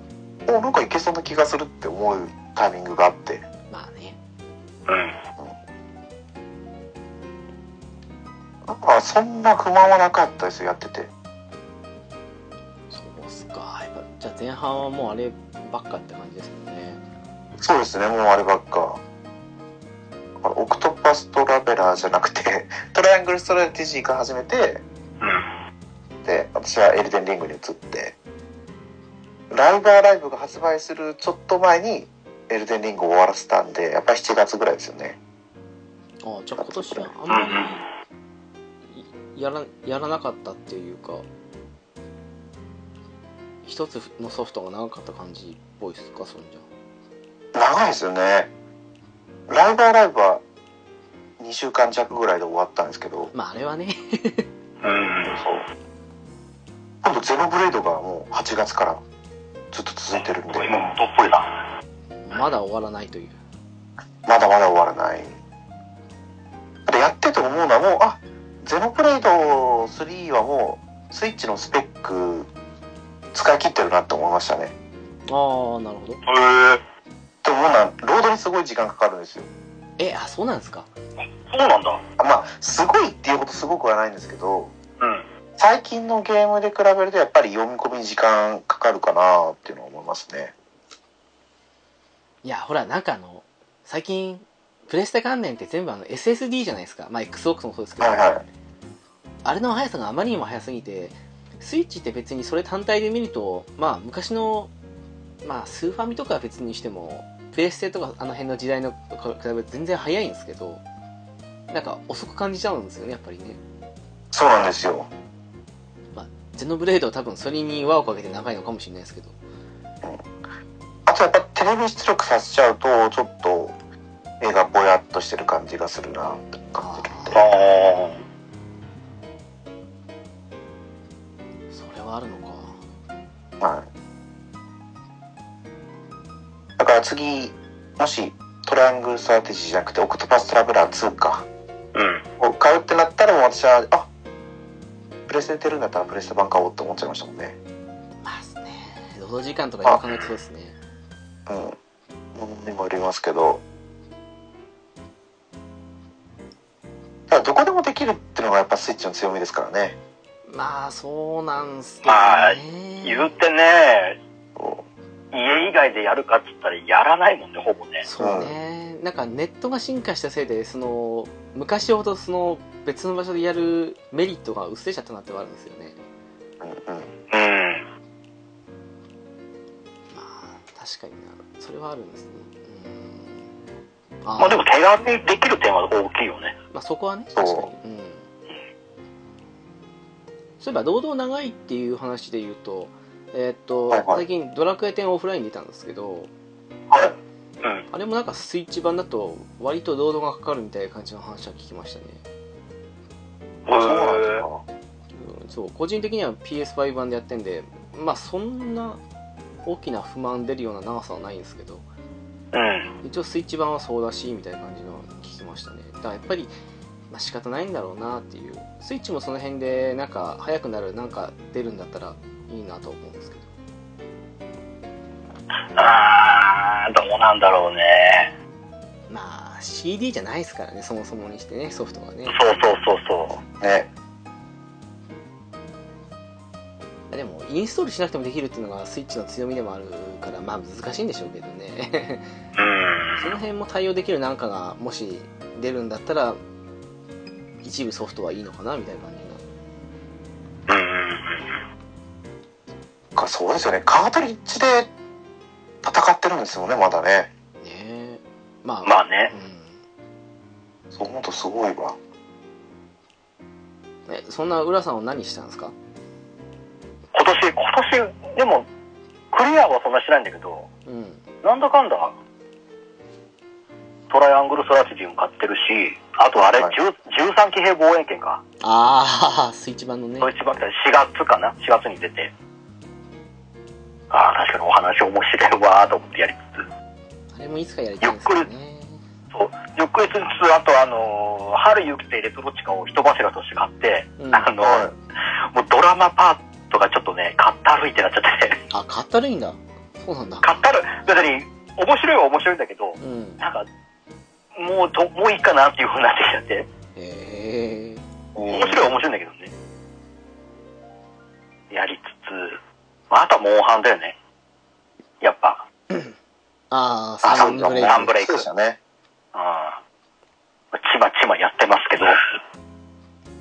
おなんかいけそうな気がするって思うタイミングがあってまあねうんなんかそんな不満はなかったですよやっててそうっすか前半はもうあればっかって感じですもんねそうですね、もうあればっか。あのオクトパストラベラーじゃなくて、 (laughs) トライアングルストラテジーから始めて、で、私はエルデンリングに移って、ライバーライブが発売するちょっと前に、エルデンリングを終わらせたんで、やっぱり7月ぐらいですよね。ああじゃあ今年はあんまりやらやらなかったっていうか一つのソフトが長かった感じっぽいっすかそんじゃ長いですよね。ライバーライブは2週間弱ぐらいで終わったんですけど、まああれはねうんそう。今度ゼロブレードがもう8月からずっと続いてるんで、今どっぽいなまだ終わらないというまだまだ終わらない。で、やってて思うのはもう、あ、ゼノブレイド3はもう、スイッチのスペック、使い切ってるなって思いましたね。ああなるほどへえでももうな、ロードにすごい時間かかるんですよ。えあそうなんですかそうなんだあまあ、すごいっていうほどすごくはないんですけど、うん最近のゲームで比べるとやっぱり読み込みに時間かかるかなっていうのは思いますね。いやほらなんかあの最近プレステ関連って全部あの SSD じゃないですかまあ XBOX もそうですけど、はいはい。あれの速さがあまりにも速すぎてスイッチって別にそれ単体で見るとまあ昔のまあスーファミとかは別にしてもプレステとかあの辺の時代のと比べると全然速いんですけどなんか遅く感じちゃうんですよねやっぱりねそうなんですよ。ゼノブレードは多分それに輪をかけて長いのかもしれないですけどあとやっぱテレビ出力させちゃうとちょっと絵がぼやっとしてる感じがするなって感じるんでああそれはあるのかはいだから次もしトライアングルストラテジーじゃなくてオクトパストラベラー2かうんを買うってなったらもう私はあプレステ出るんだったらプレステ版買おうって思っちゃいましたもんねまあっすね労働時間とかよく考えてそうですねうんにもよりますけどただどこでもできるっていうのがやっぱスイッチの強みですからねまあそうなんすけまあど言ねうてねこ家以外でやるかっつったらやらないもんねほぼねそうね、なんかネットが進化したせいでその昔ほどその別の場所でやるメリットが薄れちゃったなってのはあるんですよねううんうんうんまあ確かになそれはあるんですねうんあーまあでも手軽にできる点は大きいよねまあそこはねそう確かにうんそういえば労働長いっていう話で言うとえーっと、はいはい最近ドラクエ10オフライン出たんですけどはいうんあれもなんかスイッチ版だと割と労働がかかるみたいな感じの話は聞きましたねそうなんですへかうんそう個人的には PS5 版でやってんでまあそんな大きな不満出るような長さはないんですけどえうん一応スイッチ版はそうだしみたいな感じの聞きましたねだからやっぱり、まあ、仕方ないんだろうなっていうスイッチもその辺でなんか早くなるなんか出るんだったらいいなと思うんですけどああどうなんだろうねまあ CD じゃないですからねそもそもにしてねソフトはねそうそうそうそねでもインストールしなくてもできるっていうのがスイッチの強みでもあるからまあ難しいんでしょうけどねううんその辺も対応できるなんかがもし出るんだったら一部ソフトはいいのかなみたいな感うんうんかそうですよねカートリッジで戦ってるんですもんねまだねじなねえまあ、まあねそう思うとすごいわうん、えそんな浦さんは何したんですか今年今年でもクリアはそんなしないんだけどうんなんだかんだトライアングルストラテジーも買ってるしあとあれ、はい10 13騎兵防衛権かああスイッチ版のねそれ一番4月かな4月に出てああ確かにお話面白いわーと思ってやりつつあれもいつかやりたいんですけどねそうゆっくりしつつあとあのー春ゆきてレトロ地下を人柱として買って、うんあのーもうドラマパートがちょっとねかったるいってなっちゃって (laughs) てあかったるいんだそうなんだかったる別に面白いは面白いんだけどうんなんか、もうど、もういいかなっていう風になってきちゃって、へえ面白いは面白いんだけどね。やりつつ、まあ、あとはモンハンだよね。やっぱ。ああ、あサウンブレイサウンブク。レイクそうでしたね。うん。ちまちまやってますけど。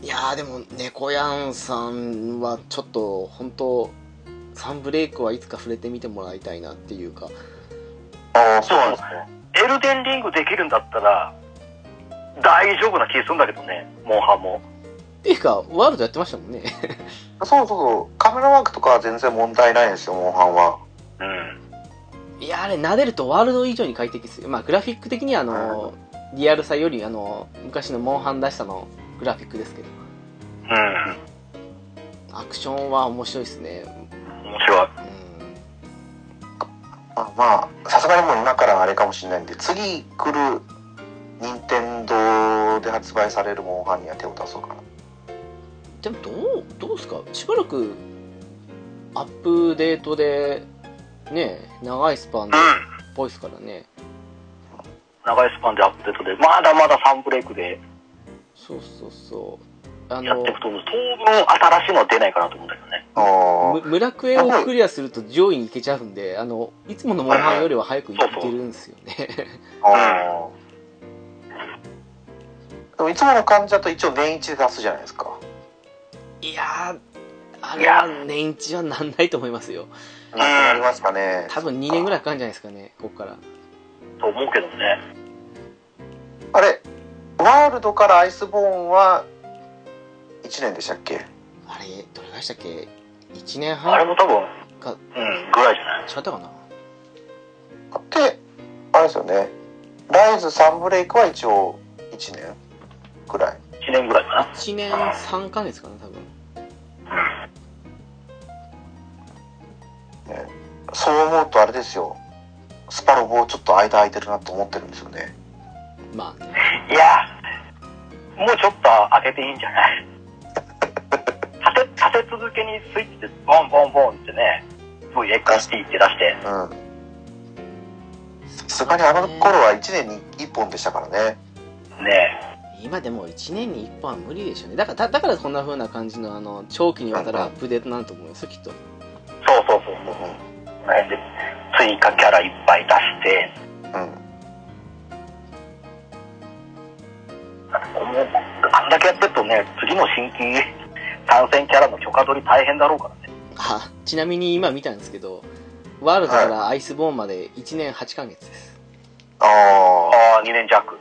いやーでも、猫やんさんはちょっと、本当サンブレイクはいつか触れてみてもらいたいなっていうか、ああ、そうなんですね。エルデンリングできるんだったら、大丈夫な気するんだけどね、モンハンも。っていうか、ワールドやってましたもんね。 (laughs) そうそうそう。カメラワークとかは全然問題ないんですよ、モンハンは。うん。いやーあれ、撫でるとワールド以上に快適ですよ。まあ、グラフィック的にはあの、リアルさより、あの、昔のモンハン出したのグラフィックですけど、うん。アクションは面白いですね。面白い。うまあまあ、さすがにもう今からあれかもしれないんで、次来る任天堂で発売されるモンハンには手を出そうかな。ん。でも、どう、どうですかしばらく、アップデートで、ね、長いスパンで、っうん。ぽいですからね。長いスパンでアップデートで、まだまだサンブレイクでそうそうそう。あやっのてい、くと思う。当分新しいのは出ないかなと思うんだけどね。あむ村クエをクリアすると上位に行けちゃうんで、あの、いつものモンハンよりは早く行けるんですよね。あ。ああ。でもいつもの感じだと一応年一で出すじゃないですか。いやー、あれは年一はなんないと思いますよ。なくなりますかね。多分2年ぐらいかかるんじゃないですかね、ここから。と思うけどね。あれ、ワールドからアイスボーンは1年でしたっけあれ、どれぐらいでしたっけ ?1 年あれ半も多分、うん、か、違っぐらいじゃない。たかなで、あれですよね。ライズサンブレイクは一応1年くらい。 1年ぐらいかな。 ?1 年3ヶ月かな、多分。そう思うとあれですよ。スパロボちょっと間空いてるなと思ってるんですよね。まあね。いやー、もうちょっと開けていいんじゃない立て立て続けにスイッチでボンボンボンってね、VXT って出して、うん。さすがにあの頃は1年に1本でしたからね。ね今でも1年に1本は無理でしょうね。だから、だだからこんな風な感じの、あの、長期にわたるアップデートなんだと思うんですよ、きっと。そうそうそううそう。んこの辺で追加キャラいっぱい出して、。うん。もうあんだけやってるとね、次の新規参戦キャラの許可取り大変だろうからね。あ、ちなみに今見たんですけど、ワールドからアイスボーンまで1年8ヶ月です。ああ。ああ、2年弱。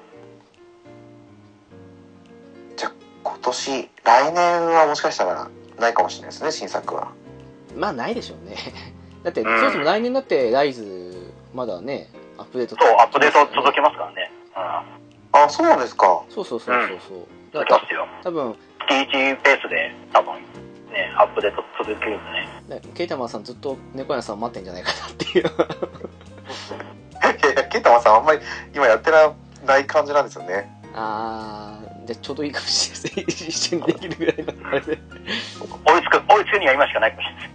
今年、来年はもしかしたらないかもしれないですね、新作は。まあ、ないでしょうね。 (laughs) だって、そもそも来年だって、ライズ、まだね、アップデートそう、アップデート続けけますからね。うん、あ、そうですか。そうそうそうそうそう。だ続かけまらすよ。多分月1ペースで、多分、ね、アップデート続けるんでね。ねケイタマンさんずっと猫屋さんを待ってんじゃないかなっていういやいや、ケイタマさんあんまり今やってない感じなんですよね。あーじゃあちょうどいいかもしれないですね一緒にできるぐらいのあれで追いつく、追いつくには今しかないかもしれない。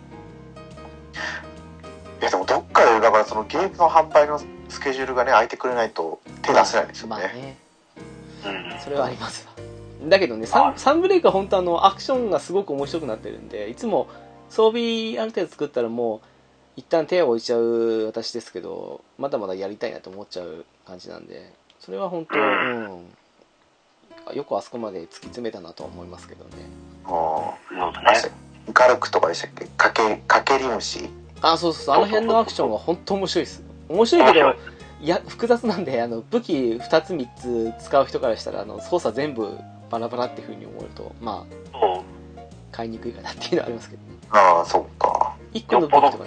いや、でもどっかで、だからそのゲームの販売のスケジュールがね、空いてくれないと手出せないんですよまあね。ねうん。それはありますわだけどねサンサンブレイクは本当あのアクションがすごく面白くなってるんでいつも装備ある程度作ったらもう一旦手を置いちゃう私ですけどまだまだやりたいなと思っちゃう感じなんでそれは本当、うん、よくあそこまで突き詰めたなとは思いますけどねあそうだあね。ガルクとかでしたっけかけ、かけり虫。あそうそうそうあの辺のアクションは本当面白いです面白いけどいや複雑なんであの武器2つ3つ使う人からしたらあの操作全部バラバラっていうふうに思うとまあそ買いにくいかなっていうのはありますけどねああ、そっか。 1個の武器とかでね、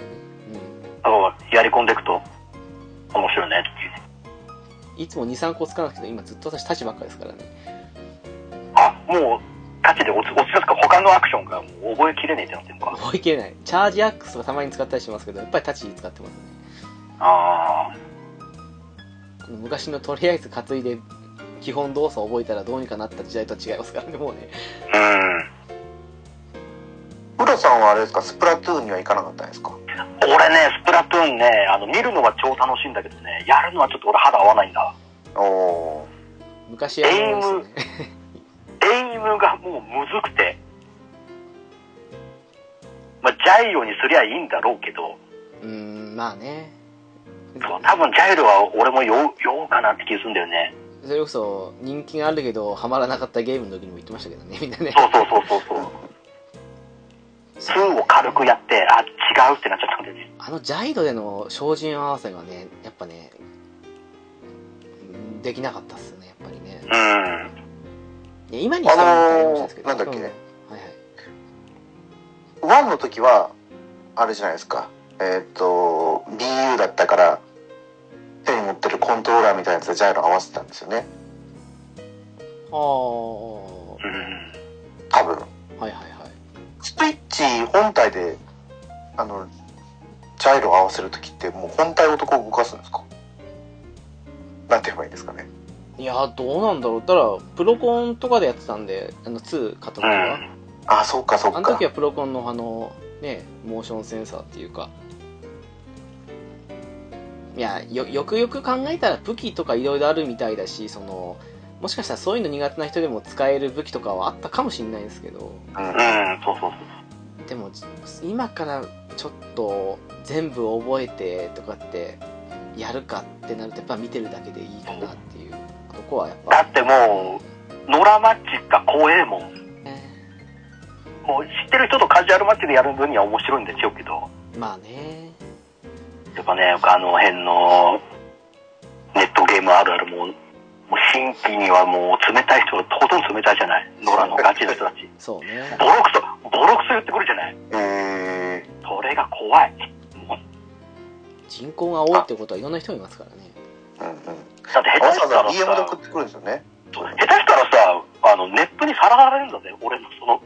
う、そう、やり込んでいくと、面白いね、っていうね。うん、いつも23個使うんですけど今ずっと私立ちばっかりですからねあ、もう、立ちで落ち、落ちますか他のアクションがもう覚えきれねえってなってるのか。覚えきれないチャージアックスとかたまに使ったりしますけどやっぱり立ち使ってますねああ。この昔のとりあえず担いで基本動作を覚えたらどうにかなった時代とは違いますからねもうねうん。ウロさんはあれですか、スプラトゥーンには行かなかったんですか俺ね、スプラトゥーンね、あの、見るのは超楽しいんだけどね、やるのはちょっと俺肌合わないんだ。おお昔やりましたねエイムがもうむずくて。まあ、ジャイオにすりゃいいんだろうけど、 (laughs) うーんまあねそう多分ジャイルは俺も酔う酔うかなって気するんだよ (laughs) ねそれこそ人気があるけどハマらなかったゲームの時にも言ってましたけどねみんなねそうそうそうそうそう2を軽くやってあ違うってなっちゃったんだよねあのジャイドでの精進合わせがねやっぱねうんできなかったっすねやっぱりねうんいや今にしてはもったいないですけどあのーなんうだっけんはいはい1の時はあれじゃないですかえーっ、と BU だったから手に持ってるコントローラーみたいなやつでジャイロ合わせてたんですよねああうん多分はいはいはいスイッチ本体であのジャイロを合わせる時ってもう本体ごとこう動かすんですかなんて言えばいいんですかねいやどうなんだろうだからプロコンとかでやってたんであの2買った時うは、んああそっかそっあかの時はプロコンのあのねモーションセンサーっていうかいやよよくよく考えたら武器とかいろいろあるみたいだしそのもしかしたらそういうの苦手な人でも使える武器とかはあったかもしれないんですけどうんうんそうそうでも今からちょっと全部覚えてとかってやるかってなるとやっぱ見てるだけでいいかなっていうとこはやっぱだってもうノラマッチが怖えもんねもう知ってる人とカジュアルマッチでやる分には面白いんですよけどまあねやっぱねあの辺のネットゲームあるあるもうもう新規にはもう冷たい人がとことん冷たいじゃないノラのガチの人たちそうねボロクソボロクソ言ってくるじゃないえそれが怖いもう人口が多いってことはいろんな人がいますからねー、うんうんだって下わ手したざわらざ DM で送さってくるんですよね下手したらさあのネットにさらされるんだぜ俺のその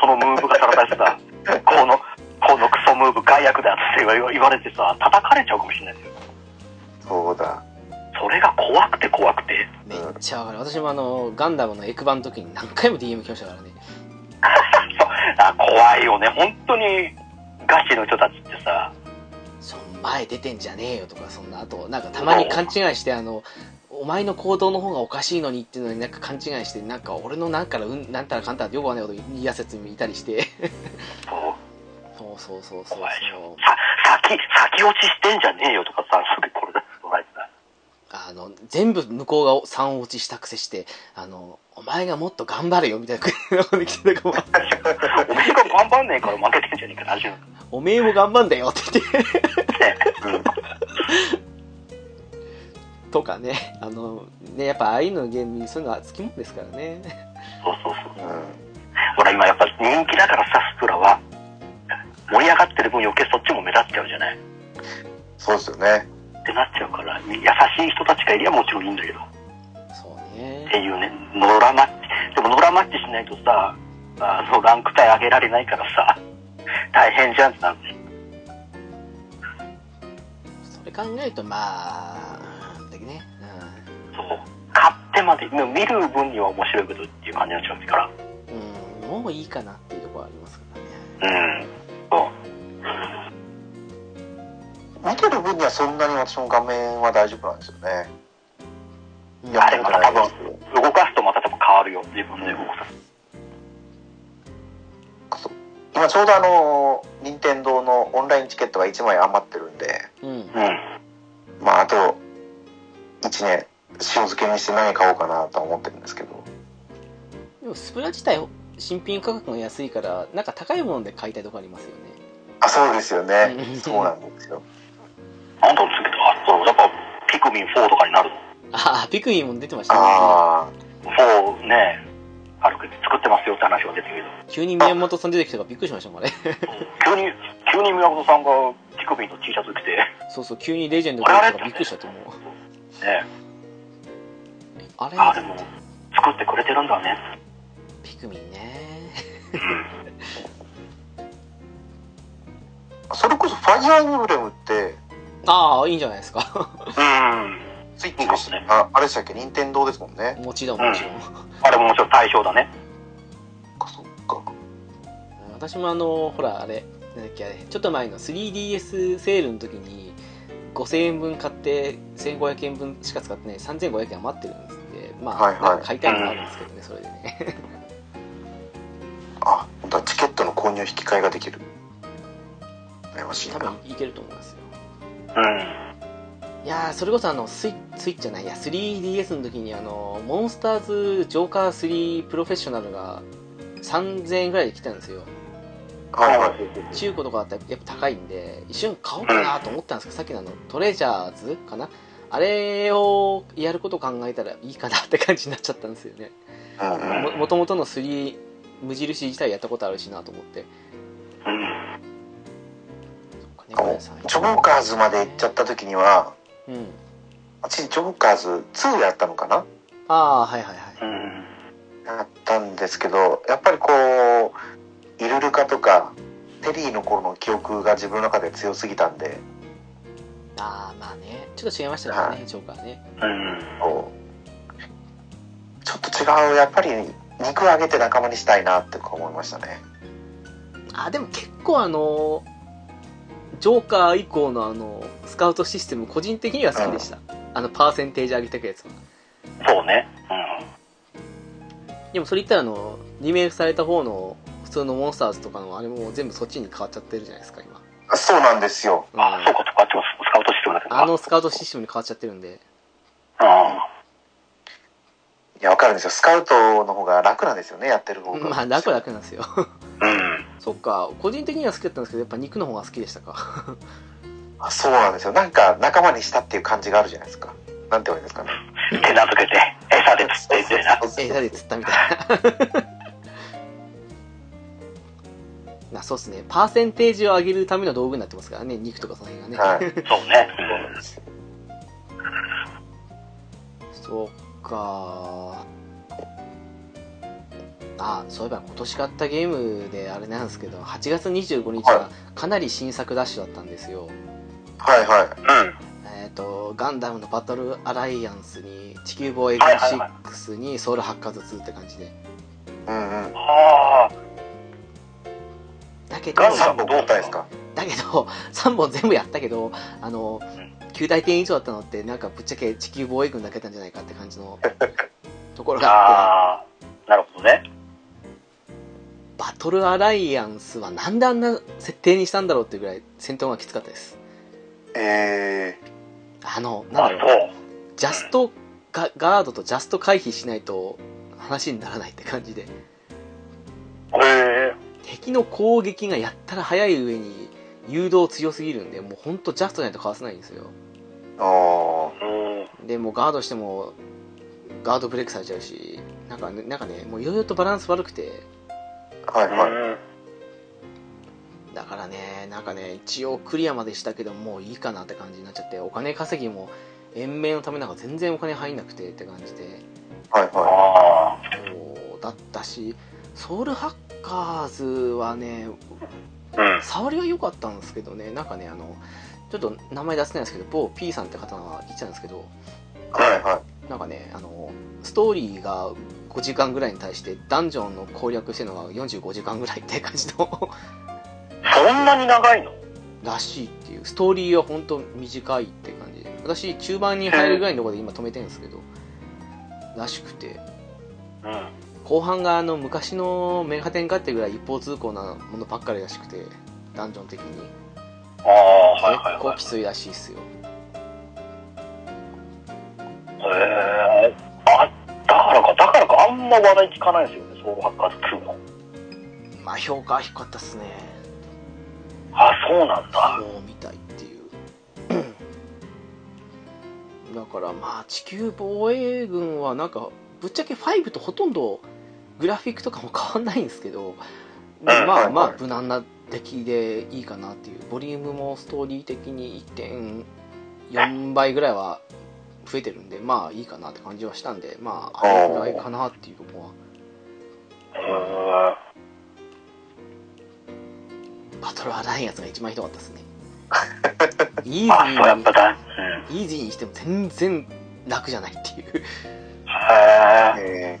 そのムーブがさらされてさこのこのクソムーブ害悪だって言わ言われてさ叩かれちゃうかもしれないですよそうだそれが怖くて怖くてめっちゃわかる私もあのガンダムのエクバの時に何回も DM 来ましたからねあ怖いよね本当にガチの人たちってさその前出てんじゃねえよとかそんなあとなんかたまに勘違いしてあのお前の行動の方がおかしいのにっていうのになんか勘違いしてなんか俺のなんからうんなんたらかんたらってよくわかんないこと言いやせつもいたりしてそうそうそうそうそう怖いでしそうさ先先落ちしてんじゃねえよとかさすぐこれだとられてさあの全部向こうが3落ちしたくせしてあのお前がもっと頑張れよみたいなことで来てたかもお前が頑張んねえから負けてんじゃねえかなおめえも頑張んだよって言ってうんとかねあのねやっぱああいうのゲームにそういうのはつきもんですからねそうそうそううほら今やっぱ人気だからさスプラは盛り上がってる分余計そっちも目立っちゃうじゃないっん、そうですよね。てなっちゃうから優しい人たちがいりゃもちろんいいんだけどっそうねていうねノラマッチでもノラマッチしないとさあのランク帯上げられないからさ大変じゃんってなるそれ考えるとまあうんだけどね、そう買ってまででも見る分には面白いけどっていう感じになっちゃうからうん、うん、もういいかなっていうところはありますからねうんそう見てる分にはそんなに私も画面は大丈夫なんですよね。うんやったことないですけど。動かすとまた多分変わるよ自分で動かすそう今ちょうどあの、任天堂のオンラインチケットが1枚余ってるんで、うんうんまああと1年、塩漬けにして何買おうかなとは思ってるんですけど。でもスプラ自体新品価格が安いからなんか高いもので買いたいとこありますよねあ、そうですよねうん。そうなんですよ。なんだろう次とあそうやっぱピクミン4とかになるの (laughs) ああピクミンも出てましたねあそうね、あるけど作ってますよって話は出てる急に宮本さん出てきたからびっくりしましたもん (laughs) あれけど、急に、急に宮本さんがピクミンの T シャツ着て、そうそう急にレジェンド出てきたからびっくりしたと思うね、あれあ、でも、作ってくれてるんだね。ピクミンねあ、それこそファイアーエンブレムって、ああいいんじゃないですか (laughs) うん。スイッチでしそうですねあ、あれでしたっけ任天堂ですもんね。もちろんもちろんあれももちろん対象だね。そっかそっか。私もあのほらあれなんだっけあれちょっと前の 3DS セールの時に5000円分買って1500円分しか使ってない3500円余ってるんですってまあ、はいはいなんか買いたいのがあるんですけどねそれでねあ、本当だチケットの購入引き換えができる。羨ましい多な。分いけると思いますようん。いやーそれこそあのスイスイッチじゃないや 3DS の時にあのモンスターズジョーカー3プロフェッショナルが3000円ぐらいで来たんですよはいはい。中古とかだったらやっぱ高いんで一瞬買おうかなと思ったんですけどさっきのあのトレジャーズかなあれをやることを考えたらいいかなって感じになっちゃったんですよねうんうんももともとの3無印自体やったことあるしなと思ってうんそっかねあこれの三ジョーカーズまで行っちゃった時には、うん私、ジョーカーズ2やったのかなああはいはいはいうんやったんですけど、やっぱりこう、イルルカとか、テリーの頃の記憶が自分の中で強すぎたんで、ああまあねちょっと違いましたからね、はジョーカーねうんこうちょっと違う、やっぱり肉をあげて仲間にしたいなって思いましたね。あでも結構あのジョーカー以降のあのスカウトシステム個人的には好きでした、あのパーセンテージ上げてくやつはそうねでもそれ言ったらあのリメイクされた方の普通のモンスターズとかのあれも全部そっちに変わっちゃってるじゃないですか今そうなんですよ。うんあうんそうかそうかあっちもスカウトシステムだけどなあのスカウトシステムに変わっちゃってるんでいや、わかるんですよ。スカウトの方が楽なんですよね、やってる方が。まあ楽は楽なんですようんうんそっか個人的には好きだったんですけどやっぱ肉の方が好きでしたかあそうなんですよ。なんか仲間にしたっていう感じがあるじゃないですか。なんて言うんですかね。手なずけて餌で釣ってみたいなそうそうえそうだで釣ったみたいな (laughs) まあそうっすねパーセンテージを上げるための道具になってますからね肉とかその辺がね、はい。そうねそうなんですよそっかあそういえば今年買ったゲームであれなんですけど8月25日ははかなり新作ダッシュだったんですよ、はいはうんえっ、とガンダムのバトルアライアンスに地球防衛軍はいはいはい6にソウルハッカーズ2って感じでい。うんうん。ああだけどガンダ3ム本交代ですかだけど3本全部やったけどあのん9大点以上だったのってなんかぶっちゃけ地球防衛軍だけなんじゃないかって感じのところがあってああなるほどねバトルアライアンスはなんであんな設定にしたんだろうっていうぐらい戦闘がきつかったですえあのなあんだそろううジャストガガードとジャスト回避しないと話にならないって感じでへえ敵の攻撃がやったら早い上に誘導強すぎるんでもうほんとジャストじゃないとかわせないんですよー。おー。うんでもうガードしてもガードブレイクされちゃうしなんかねなんかねもういろいろとバランス悪くてはいはい。だからね、なんかね、一応クリアまでしたけど、もういいかなって感じになっちゃって、お金稼ぎも延命のためなんか全然お金入んなくてって感じで、はいはあそうだったし、ソウルハッカーズはね、あうん触りは良かったんですけどね、なんかね、あの、ちょっと名前出せないんですけど、某 P さんって方がいたんですけど、い。はいはなんかね、あの、ストーリーが5時間ぐらいに対して、ダンジョンの攻略してるのが45時間ぐらいって感じのそんなに長いのらしいっていうストーリーは本当短いって感じで私中盤に入るぐらいのところで今止めてるんですけどらしくてうん後半があの昔のメガテンかってぐらい一方通行なものばっかりらしくてダンジョン的にああはいはい結は構いきついらしいっすよへえあだからかだからかあんま話題聞かないんですよねソウルハッカーズ2のまあ評価は低かったっすねあそうなんだもうみたいっていう (clears throat) だからまあ地球防衛軍はなんかぶっちゃけ5とほとんどグラフィックとかも変わんないんですけど、はいまあまあはい無難な出来でいいかなっていうボリュームもストーリー的に1.4倍ぐらいは増えてるんでまあいいかなって感じはしたんでまああれぐらいかなっていうとこはへバトルアライアンスが一番ひどかったです (laughs) ねイージえあそうやーっにぱだうんへイージーにしても全然楽じゃないっていうい。ええ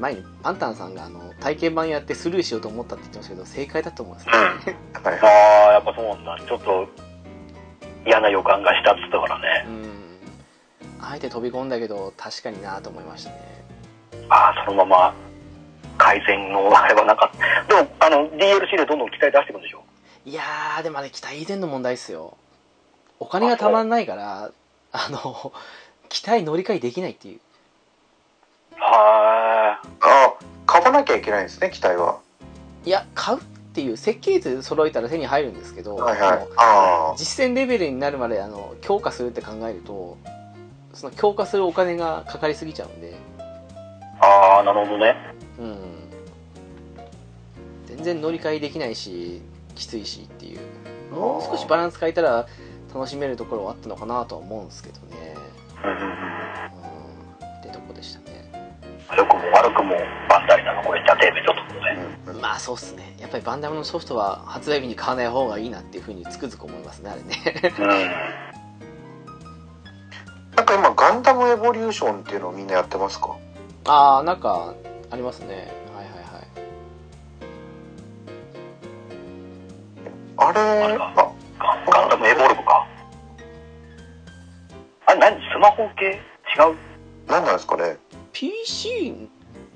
前にパンタンさんがあの体験版やってスルーしようと思ったって言ってましたけど正解だと思うんですよね、ー。はいあはい。あやっぱそうなんだちょっと嫌な予感がしたっつったからねうん、あえて飛び込んだけど確かになと思いましたねああそのまま改善のあれはなかったでもあの DLC でどんどん期待出していくんでしょいやーでもあれ期待以前の問題っすよお金がたまんないからあの機体乗り換えできないっていうはああ買わなきゃいけないんですね機体はいや買うっていう設計図揃えたら手に入るんですけど、はいはあいのあ実践レベルになるまであの強化するって考えるとその強化するお金がかかりすぎちゃうんでい。ああ、なるほどね。うん全然乗り換えできないしきついしっていうもう少しバランス変えたら楽しめるところはあったのかなとは思うんですけどねうんうんうん。うんってとこでしたね良くも悪くも、バンダイなのこれ、エンターテイメントってことあね。うんまあそうっすねやっぱりバンダムのソフトは発売日に買わない方がいいなっていうふうにつくづく思いますねあれ (laughs) ねうん。なんか今ガンダムエボリューションっていうのをみんなやってますかああなんかありますねはいはいはいあれあれかあガンガンダムエボルブか。あれ、何スマホ系違う何なんですかね PC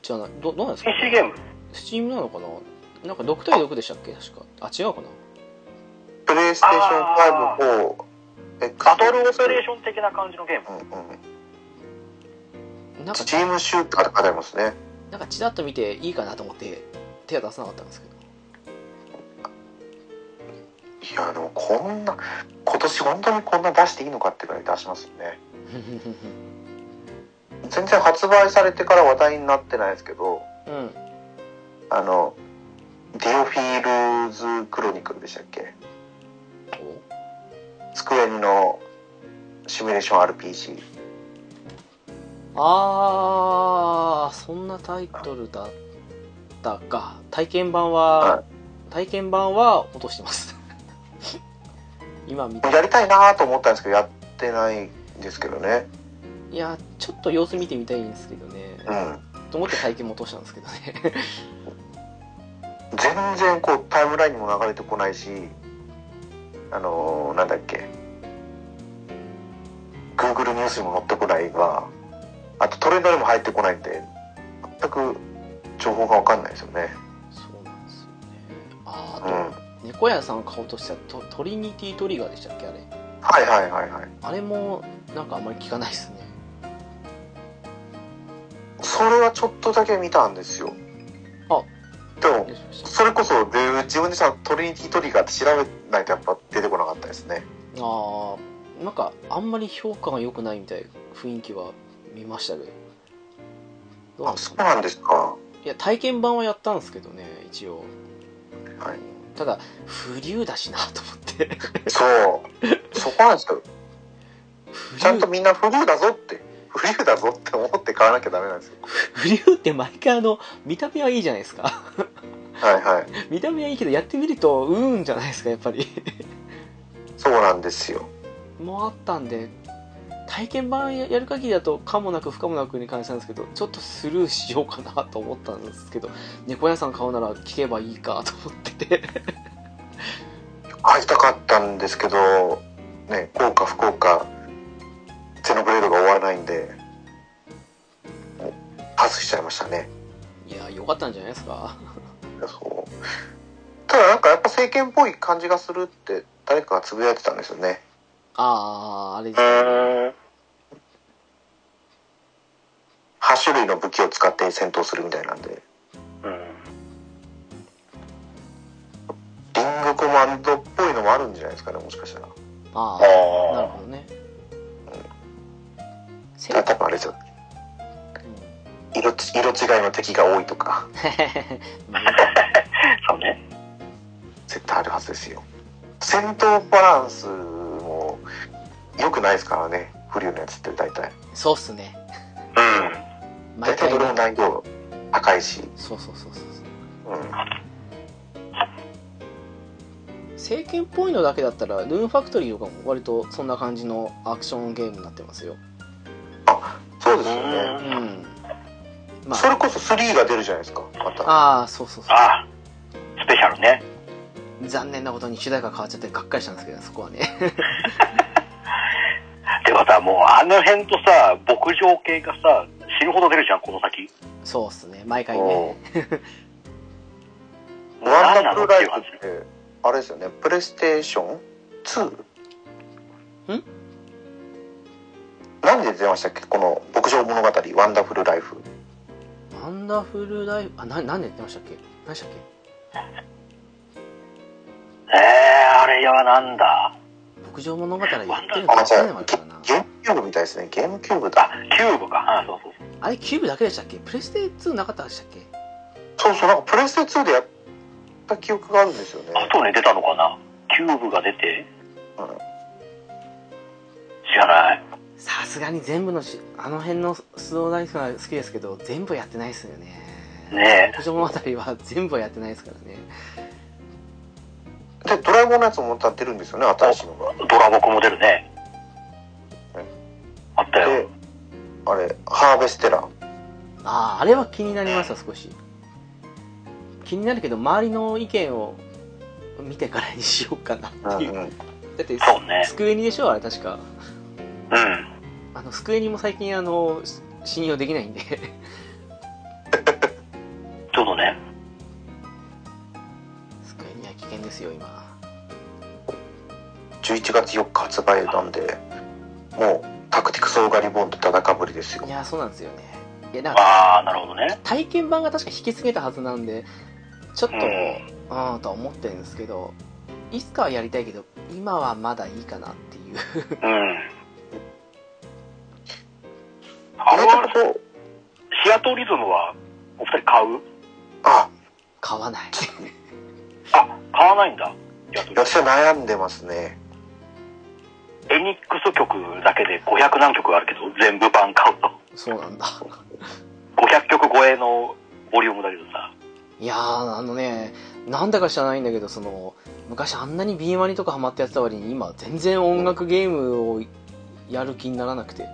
じゃないどどうなんですか ?PC ゲームスチームなのかななんか6対6でしたっけ確かあ違うかなプレイステーションあ5 4バトルオペレーシション的な感じのゲーム。ョンうんうんなんかスチームシューターとかでますねなんかちらっと見ていいかなと思って手が出さなかったんですけどいやでもこんな今年本当にこんな出していいのかってぐらい出しますよね全然発売されてから話題になってないですけどうんあのディオフィールズ・クロニクルでしたっけ机にのシミュレーション RPG あーそんなタイトルだったか体験版はは体験版は落としてます (laughs) 今見てやりたいなと思ったんですけどやってないんですけどねいやちょっと様子見てみたいんですけどねうんと思って体験も落としたんですけどね全然こうタイムラインにも流れてこないしあのーなんだっけ Google ニュースにも載ってこないがあとトレンドにも入ってこないんで全く情報が分かんないですよねそうなんですよねあうんーあと、猫屋さん買おうとしたトトリニティトリガーでしたっけあれはいはいはいはいあれもなんかあんまり聞かないですねそれはちょっとだけ見たんですよあでよもしよしそれこそで自分でさトリニティトリガーって調べないとやっぱ出てこなかったですねああなんかあんまり評価が良くないみたいな雰囲気は見ましたけどどうなんあですそうかねなんです (laughs) かいや体験版はやったんですけどね一応、はいただ不流だしなと思って (laughs) そうそこなんですよ不ちゃんと流みんなフリーだぞって、フリーだぞって思って買わなきゃダメなんですよ。不流って毎回あの見た目はいいじゃないですかはいはい。見た目はいいけどやってみるとうーんじゃないですかやっぱりそうなんですよ。もうあったんで体験版やる限りだと可もなく不可もなくに関してなんですけどちょっとスルーしようかなと思ったんですけど (laughs) 猫屋さん買うなら聞けばいいかと思ってて買いたかったんですけど、ね、効果不効果、ゼノブレードが終わらないんで、もうパスしちゃいましたね。 (laughs) いやよかったんじゃないですかそう。ただなんかやっぱ政権っぽい感じがするって誰かがつぶやいてたんですよね。あああれですねん。 8種類の武器を使って戦闘するみたいなんで。うん。リングコマンドっぽいのもあるんじゃないですかね、もしかしたら。あああなるあ。ほどねせただ多分あれですよ。色つ色違いの敵が多いとか、まあそうね。絶対あるはずですよ戦闘バランスも良くないですからねフリューのやつって大体 (laughs) そうっすねうん。大毎体回どれもな難易度高いし、そうそうそうそうそううん、聖剣っぽいのだけだったらルーンファクトリーとかも割とそんな感じのアクションゲームになってますよそうですよねう、んまそれこそ3が出るじゃないですかまたああそうそうそうああ。スペシャルね。残念なことに主題歌変わっちゃってがっかりしたんですけどそこはね (laughs) でまたもうあの辺とさ、牧場系がさ、死ぬほど出るじゃん、この先。そうっすね毎回おねうもうワ何ンダなフのってルラいイうフ感ってあれですよねプレイステーション 2? ん何で出ましたっけこの牧場物語「ワンダフルライフワンダフルライフあな何で言ってましたっけ何でしたっけえー、あれやなんだ牧場物語やってる」のあか間やってない違のかだからえたなゲゲームキューブみたいですねゲームキューブだあキューブかあそうそうそうあれキューブだけでしたっけプレステ2なかったでしたっけそうそうなんかプレステ2でやった記憶があるんですよねあとね出たのかなキューブが出てうん知らないさすがに全部のしあの辺のスノーダイスが好きですけど全部やってないですよねねえ牧場物語は全部はやってないですからねでドラえもんのやつもまた出るんですよね新しいのがドラボコも出るねうんあったよであれハーベステラあああれは気になりました少し気になるけど周りの意見を見てからにしようかなうんっていう、うんだってそうねスクエニでしょあれ確かうんあのスクエニも最近あのし信用できないんで (laughs) ちょうどねスクエニは危険ですよ今11月4日発売なんでもうタクティクスオーガリボンと戦かぶりですよいやそうなんですよねいやなんかああなるほどね体験版が確か引き継げたはずなんでちょっとうんうんとは思ってるんですけどいつかはやりたいけど今はまだいいかなっていううんああれれはちょっとシアトリズムはお二人買うあ買わ (laughs) ないあ買わないんだシアトリズ私は悩んでますねムエニックス曲だけで500何曲あるけど全部版買うとそうなんだ500曲超えのボリュームだけどさいやーあのねなんだか知らないんだけどその昔あんなにビーマニとかハマってやってた割に今全然音楽ゲームをやる気にならなくて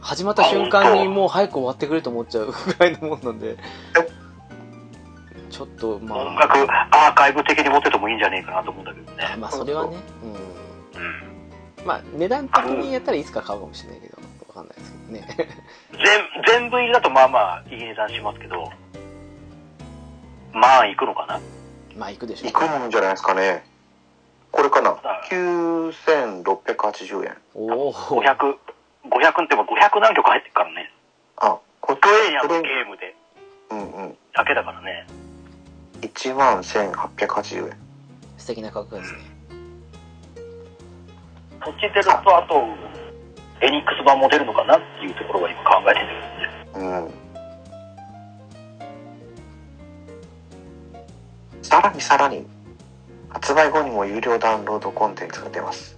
始まった瞬間にもう早く終わってくれと思っちゃう (laughs) ぐらいのもんなんでちょっとま音あ楽アーカイブ的に持っててもいいんじゃねえかなと思うんだけどねまあそれはねうんうんまあ値段的にやったらいつか買うかもしれないけど、わかんないですけどね。 (laughs) 全全部入りだとまあまあいい値段しますけどまあいくのかなまあ行くでしょ。いうくんじゃないですかねこれかなはい9680円おお。 500 500っても500何曲入ってるからねあこっプレイヤーのこゲれームでうんうんだけだからね1万1880円素敵な価格ですね。そっち出るとあとエニックス版も出るのかなっていうところは今考えてるんでうんさらにさらに発売後にも有料ダウンロードコンテンツが出ます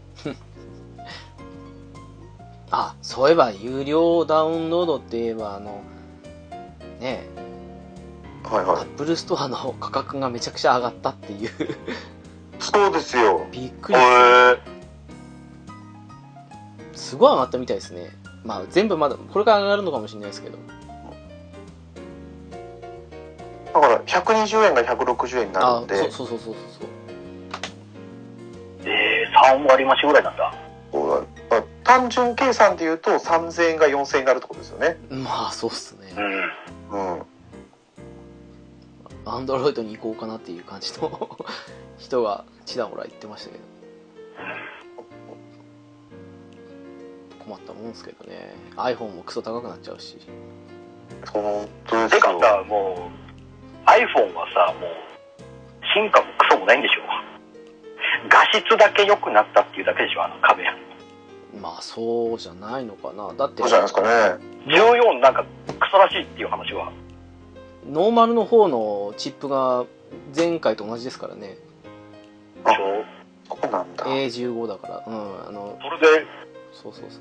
あ、そういえば有料ダウンロードって言えば、あの、ねえ、はいアはップルストアの価格がめちゃくちゃ上がったっていう。 (laughs) いそうですよびっくりです。へすごい上がったみたいですね。まあ全部まだ、これから上がるのかもしれないですけど。だから120円が160円になるあん、でそうそうそうそうそう。ええ3割増しぐらいなんだこうまあ単純計算で言うと3000円が4000円になるってことですよねまあそうっすうね。んうんアンドロイドに行こうかなっていう感じの (laughs) 人がちらほら言ってましたけど。困ったもんですけどね iPhone もクソ高くなっちゃうし本当でてすかよさもう iPhone はさもう進化もクソもないんでしょ画質だけ良くなったっていうだけでしょあのカメラまあそうじゃないのかなだってそうじゃないですかね14なんかクソらしいっていう話はノーマルの方のチップが前回と同じですからねあしょそうなんだ、 A15 だからうんあのそれでそうそうそ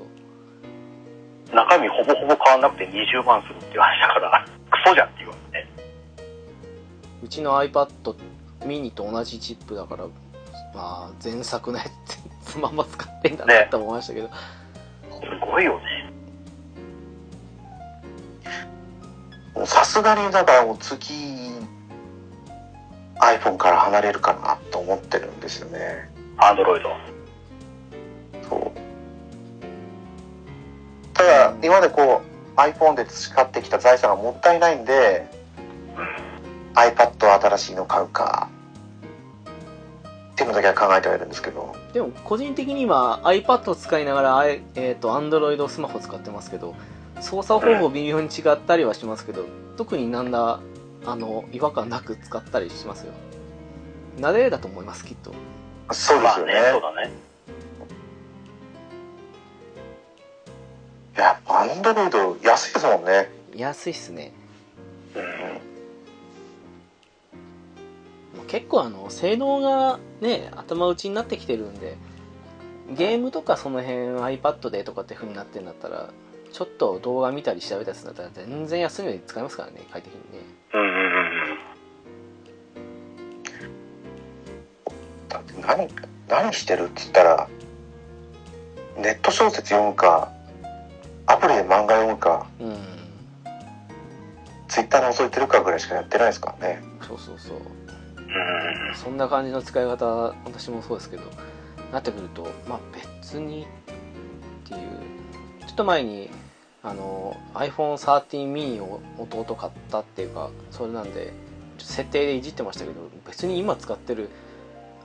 う中身ほぼほぼ変わんなくて20万するっていう話だからクソじゃんって言われてうちの iPad mini と同じチップだからまあ前作のやつ (laughs) そのまんま使ってんだなねって思いましたけど、すごいよねもうさすがにだからもう次 iPhone から離れるかなと思ってるんですよねアンドロイドそうただ今までこう iPhone で培ってきた財産がもったいないんで iPad は新しいの買うかっていうのだけは考えてはいるんですけどででも個人的には iPad を使いながら、あええー、と Android スマホ使ってますけど操作方法微妙に違ったりはしますけど特になんだあの違和感なく使ったりしますよ慣れだと思いますきっとそうでますあよねね。そうだねいや、アンドロイド安いですもんね。安いっすねうんもう結構あの性能がね頭打ちになってきてるんでゲームとかその辺 iPad でとかって風になってんだったらちょっと動画見たり調べたりするんだったら全然安いのに使えますからね快適にねうんうんうんうんだって何、何してるって言ったら、ネット小説読むか、アプリで漫画読むか、うんツイッターの覗いてるかぐらいしかやってないですからね。そうそうそううんそんな感じの使い方私もそうですけどなってくるとまあ別にっていうちょっと前にあの iPhone13 mini を弟買ったっていうかそれなんでちょっと設定でいじってましたけど別に今使ってる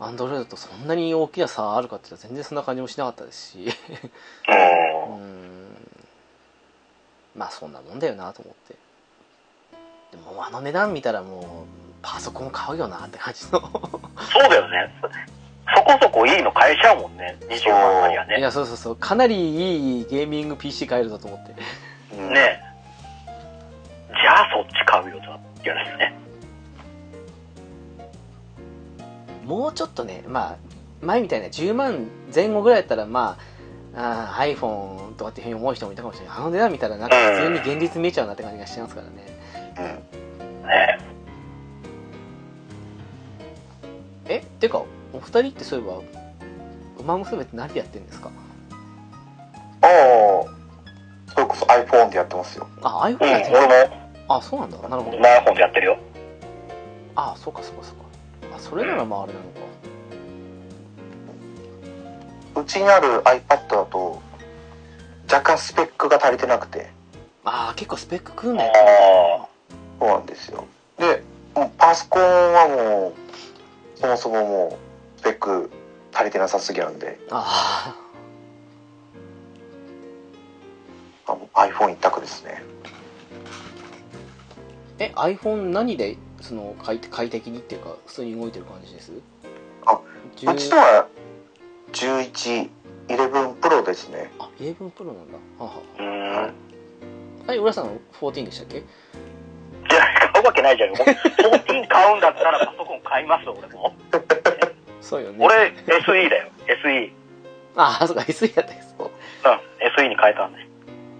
Android とそんなに大きな差あるかって言ったら全然そんな感じもしなかったですしうーうんんまあそんなもんだよなと思ってでもあの値段見たらもうパソコン買うよなって感じのそうだよねそこそこいいの買えちゃうもんね20万円やいねやそうそうそうかなりいいゲーミング PC 買えるぞと思ってうんねじゃあそっち買うよとは言われるねもうちょっとねまあ前みたいな10万前後ぐらいだったらまああー iPhone とかっていうふうに思う人もいたかもしれないあの値段見たらなんか普通に現実見えちゃうなって感じがしますからねうん。ねえってかお二人ってそういえばウマ娘って何でやってるんですかああ、それこそ iPhone でやってますよ。あ iPhone うんやってる、俺もあそうなんだなるほどマイフォンでやってるよあそうかそうかそうかあそれならまああれなのかうちにある iPad だと、若干スペックが足りてなくて、ああ結構スペック食うんあだよあそうなんですよ。で、もうパソコンはもう、そもそももう、スペック足りてなさすぎなんで、ああもう iPhone 一択ですね。あえ iPhone 何でその快快適にっていうか普通に動いてる感じですあ10うちのは、11、11 Pro ですね。あ11プロなんだははうんうんはい浦さん14でしたっけじゃあ買うわけないじゃん14買うんだったらパソコン買いますよ俺もそうよね俺 SE だよ SE ああそうか SE だったけどうん SE に変えたん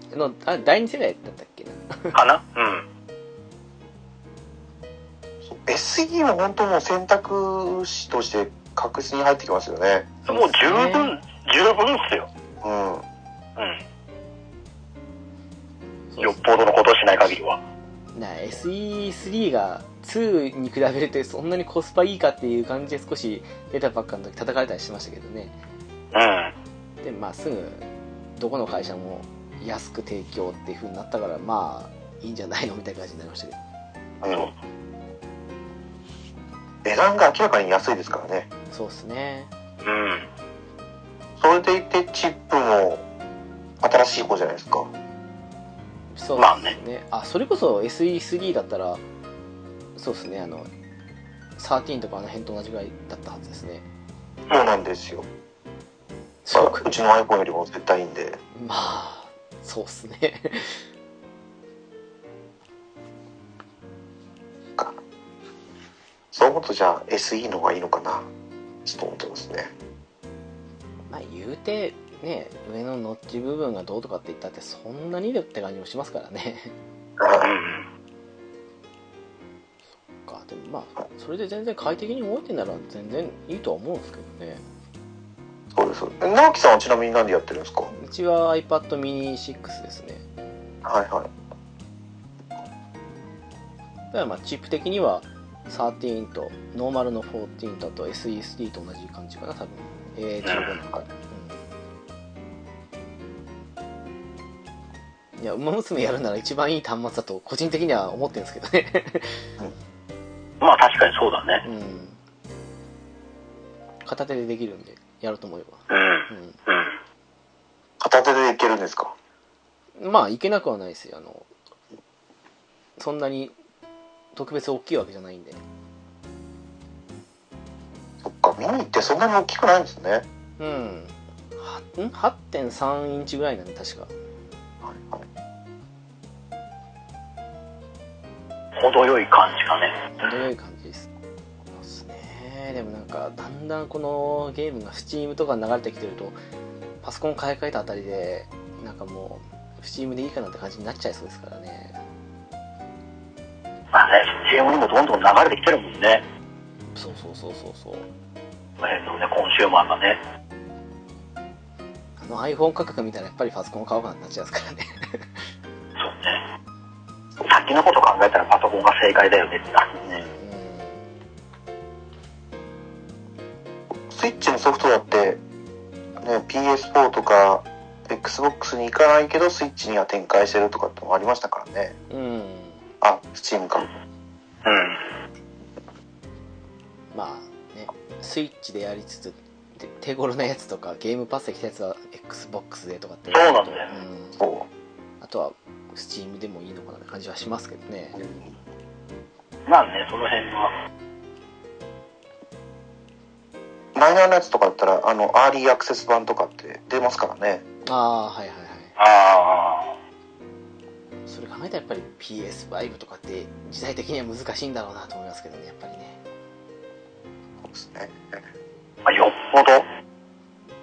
でのあ第二世代だったっけなかなうん。 SE は本当もう選択肢として確実に入ってきますよね。もう十分、十分っすよ。うん。うそうん。そようっぽどのことをしない限りは。な SE3 が2に比べるとそんなにコスパいいかっていう感じで少し出たばっかの時叩かれたりしてましたけどねうん。でまあすぐどこの会社も安く提供っていう風になったからまあいいんじゃないのみたいな感じになりましたけどうん値段が明らかに安いですからね。そうですねうん。それでいてチップも新しい方じゃないですか。そうまあですねあそれこそ SE3 だったらそうですねあの13とかあの辺と同じぐらいだったはずですねそうなんですよ。そううちの iPhone よりも絶対いいんで。まあそうですね (laughs) そう思うとじゃあ SE の方がいいのかな。ちょっと思ってますね。まあ言うてね上のノッチ部分がどうとかって言ったってそんなにだって感じもしますからね (laughs) うん。かでもまあそれで全然快適に動いてんなら全然いいとは思うんですけどねそうです。え直樹さんはちなみに何でやってるんですかうちは iPad mini6 ですねはいはい。だからまあチップ的には13とノーマルの14とあと SE3 と同じ感じかな多分 A15 なんか、うん、いや「ウマ娘」やるなら一番いい端末だと個人的には思ってるんですけどねまあ確かにそうだね。うん片手でできるんでやると思うよ、うんう片手でいけるんですかうん、まあいけなくはないですよあのそんなに特別大きいわけじゃないんでそっかミニってそんなに大きくないんですねうんはん8.3インチぐらいなんで確かはいはいん程よい感じがね程よい感じですそうっすねでもなんかだんだんこのゲームが Steam とかに流れてきてるとパソコン買い替えたあたりでなんかもう Steam でいいかなって感じになっちゃいそうですからねまあね CM にもどんどん流れてきてるもんねそうそうそうそうそうこの辺のねコンシューマーがねあの iPhone 価格見たらやっぱりパソコン買おうかなってなっちゃいますからねそうね先のこと考えたらパソコンが正解だよねってなるねうスイッチのソフトだって、ね、PS4 とか XBOX に行かないけどスイッチには展開してるとかってのもありましたからねんうんあ Steam かうんまあねスイッチでやりつつで手頃なやつとかゲームパスで来たやつは XBOX でとかってやるとそうなんだうんそあとは Steam でもいいのかなって感じはしますけどねうまあねその辺はマイナーなやつとかだったらあのアーリーアクセス版とかって出ますからねああはいはいはいあそれ考えたらやっぱり PS5 とかって時代的には難しいんだろうなと思いますけどねやっぱりねそうですねあ、まあ、よっぽど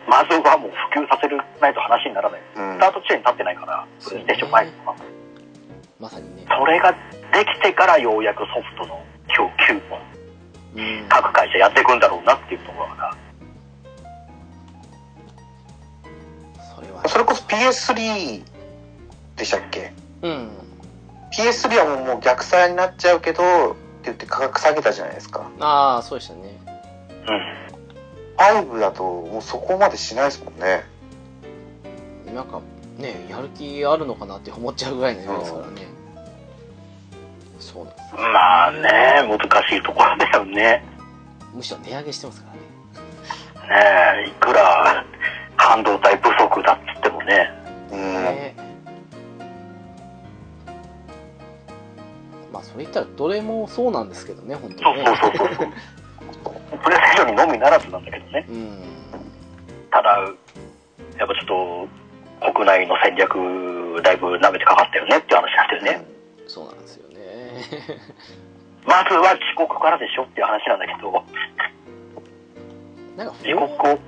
まずはもう普及させるないと話にならないうんスタート地点に立ってないからプレイステーション前とかまさにねそれができてからようやくソフトの供給もうん各会社やっていくんだろうなっていうところがそれはそれこそ PS3 でしたっけうん PS3 はもうもう逆差になっちゃうけどって言って価格下げたじゃないですかああそうでしたねうん5だともうそこまでしないですもんねなんかねやる気あるのかなって思っちゃうぐらいの夢ですからねそうなんですまあね難しいところだよねむしろ値上げしてますからねねえいくら半導体不足だっつってもねうん、ねまあそれ言ったらどれもそうなんですけどね本当そうにねそうそうそうプレイステーションにのみならずなんだけどねうんただやっぱちょっと国内の戦略だいぶ舐めてかかったよねっていう話になってるね、そうなんですよねまずは自国からでしょっていう話なんだけどなんかフ自ォ国ーを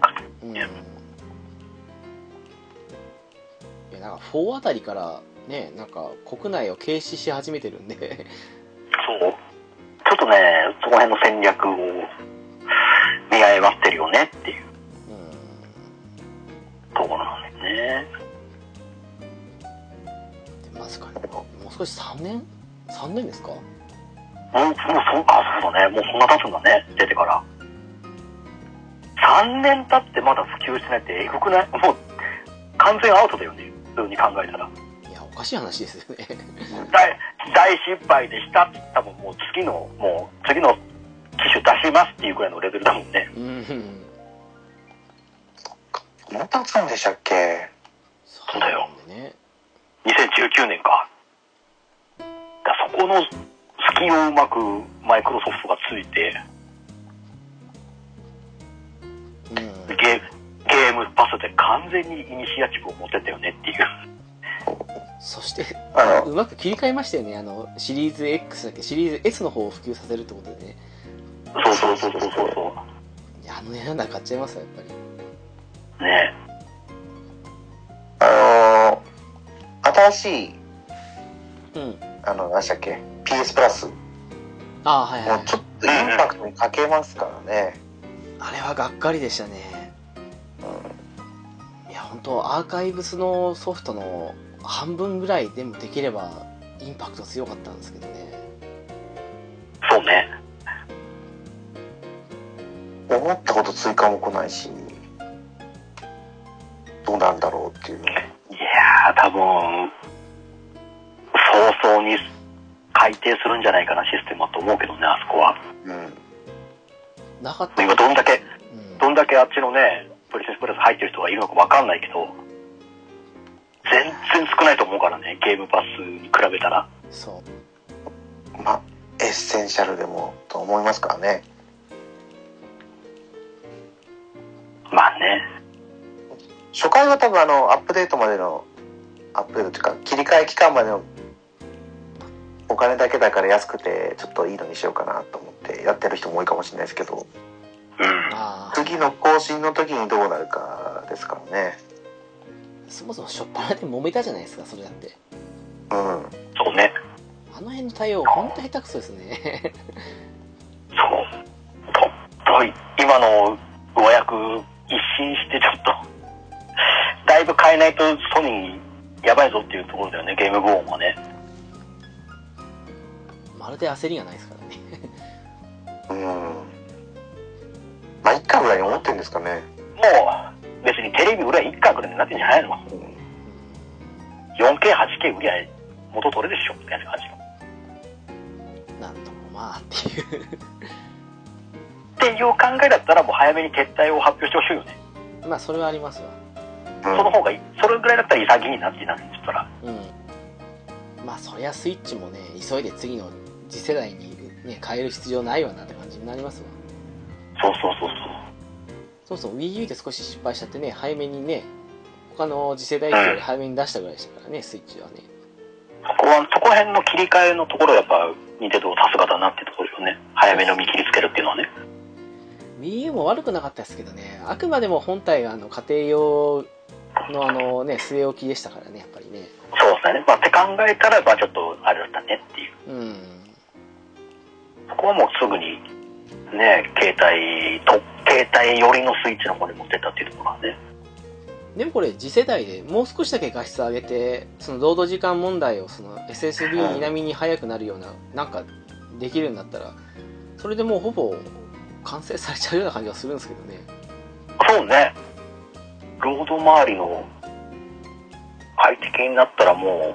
うんいやなんか4あたりからねなんか国内を軽視し始めてるんでそうちょっとねその辺の戦略を見誤ってるよねっていううんところなんですねでまさかねもう少し3年3年ですかもうもうそうかそうだねもうそんな経つんだね出てから3年経ってまだ普及してないってえぐくないもう完全アウトだよね普通に考えたらいやおかしい話ですよね大大失敗でしたって言ったもんもう次のもう次の機種出しますっていうくらいのレベルだもんねうんもたつんでしたっけそうなんでね2019年かだそこの隙をうまくマイクロソフトがついてうんゲゲームパスで完全にイニシアチブを持ってったよねっていうそしてあうまく切り替えましたよねあのシリーズ X だっけシリーズ S の方を普及させるってことでねそうそうそうそうそうそいやあの値段なら買っちゃいますよやっぱりうねの、あの、新しい、うんあの、何でしたっけ ?PS プラス。もああはいはいうちょっとインパクトに欠けますからね。あれはがっかりでしたねいや本当アーカイブスのソフトの半分ぐらいでもできればインパクト強かったんですけどねそうね思ったこと追加も来ないし、どうなんだろうっていうのいやー多分早々に改定するんじゃないかなシステムはと思うけどねあそこはうん。なかった今どんだけうんどんだけあっちのね、プリテンスプラス入ってる人がいるのかわかんないけど、全然少ないと思うからね、ゲームパスに比べたら。そうまあエッセンシャルでもと思いますからねまあね。初回は多分あのアップデートまでのアップデートというか切り替え期間までのお金だけだから安くてちょっといいのにしようかなと思ってやってる人も多いかもしれないですけどうん。ああ次の更新の時にどうなるかですからねそもそも初っ端で揉めたじゃないですかそれだってうんそうね。あの辺の対応ほんと下手くそですね (laughs) そう。と、と、今の和訳一新してちょっと、 (laughs) だいぶ変えないとソニーやばいぞっていうところだよね、ゲームボーンはね。まるで焦りがないですからねうんまあ一回ぐらいに思ってるんですかねもう、別にテレビ売りゃ一家ぐらいになってんじゃないのうん ?4K、8K 売りゃ元取れるでしょみたいな感じの。なんともまあっていう (laughs) っていう考えだったらもう早めに撤退を発表してほしいよね。まあそれはありますわうんその方がいい。それぐらいだったら潔いなってなってたら。うんまあそりゃスイッチもね急いで次の次世代に、ね、変える必要ないわなって感じになりますわそうそうそうそう。そうそう WiiU で少し失敗しちゃってね早めにね他の次世代機より早めに出したぐらいでしたからねスイッチはねそこは、そこら辺の切り替えのところはやっぱ、似てどさすがだなってところですよね。早めの見切りつけるっていうのはね。 WiiU も悪くなかったですけどねあくまでも本体があの家庭用のあのね据え置きでしたからねやっぱりねそうですね。まあ、って考えたら、まあちょっと、あれだったねっていう。うんそこはもうすぐに、ね、携帯と、携帯寄りのスイッチの方に持ってったっていうところはね。でもこれ次世代でもう少しだけ画質上げてその労働時間問題をその SSD 並みに速くなるようななんかできるようになったらそれでもうほぼ完成されちゃうような感じがするんですけどねそうね。ロード周りの快適になったらもう、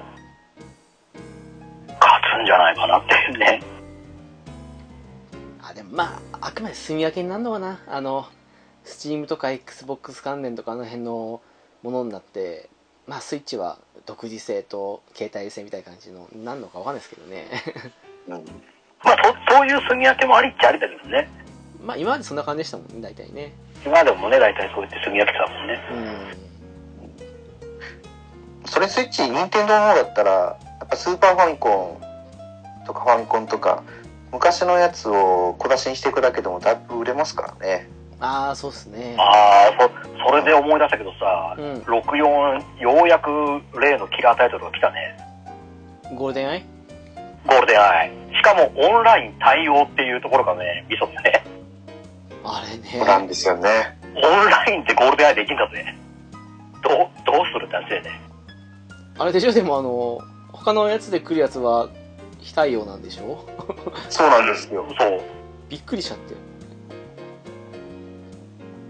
勝つんじゃないかなっていうね。あでもまああくまで住み分けになるのかなあの Steam とか XBOX 関連とかあの辺のものになってまあスイッチは独自性と携帯性みたいな感じのになるのかわかんないですけどね (laughs) まあ、そそういう住み分けもありっちゃありだけどね。まあ今までそんな感じでしたもんね大体ね今でもね、大体そうやって住み分けてたもんね。うんそれスイッチ任天堂の方だったらやっぱスーパーファミコンとかファミコンとか昔のやつを小出しにしていくだけでもだいぶ売れますからねああそうっすねああ、そ、それで思い出したけどさ、うん64、ようやく例のキラータイトルが来たね。ゴールデンアイゴールデンアイ。しかもオンライン対応っていうところがね、ミソだね。あれなんねですよねオンラインでゴールデンアイできんだぜ。どう、どうするって話だよね。あれでしょでもあの他のやつで来るやつは非対応なんでしょそうなんですよそう。びっくりしちゃって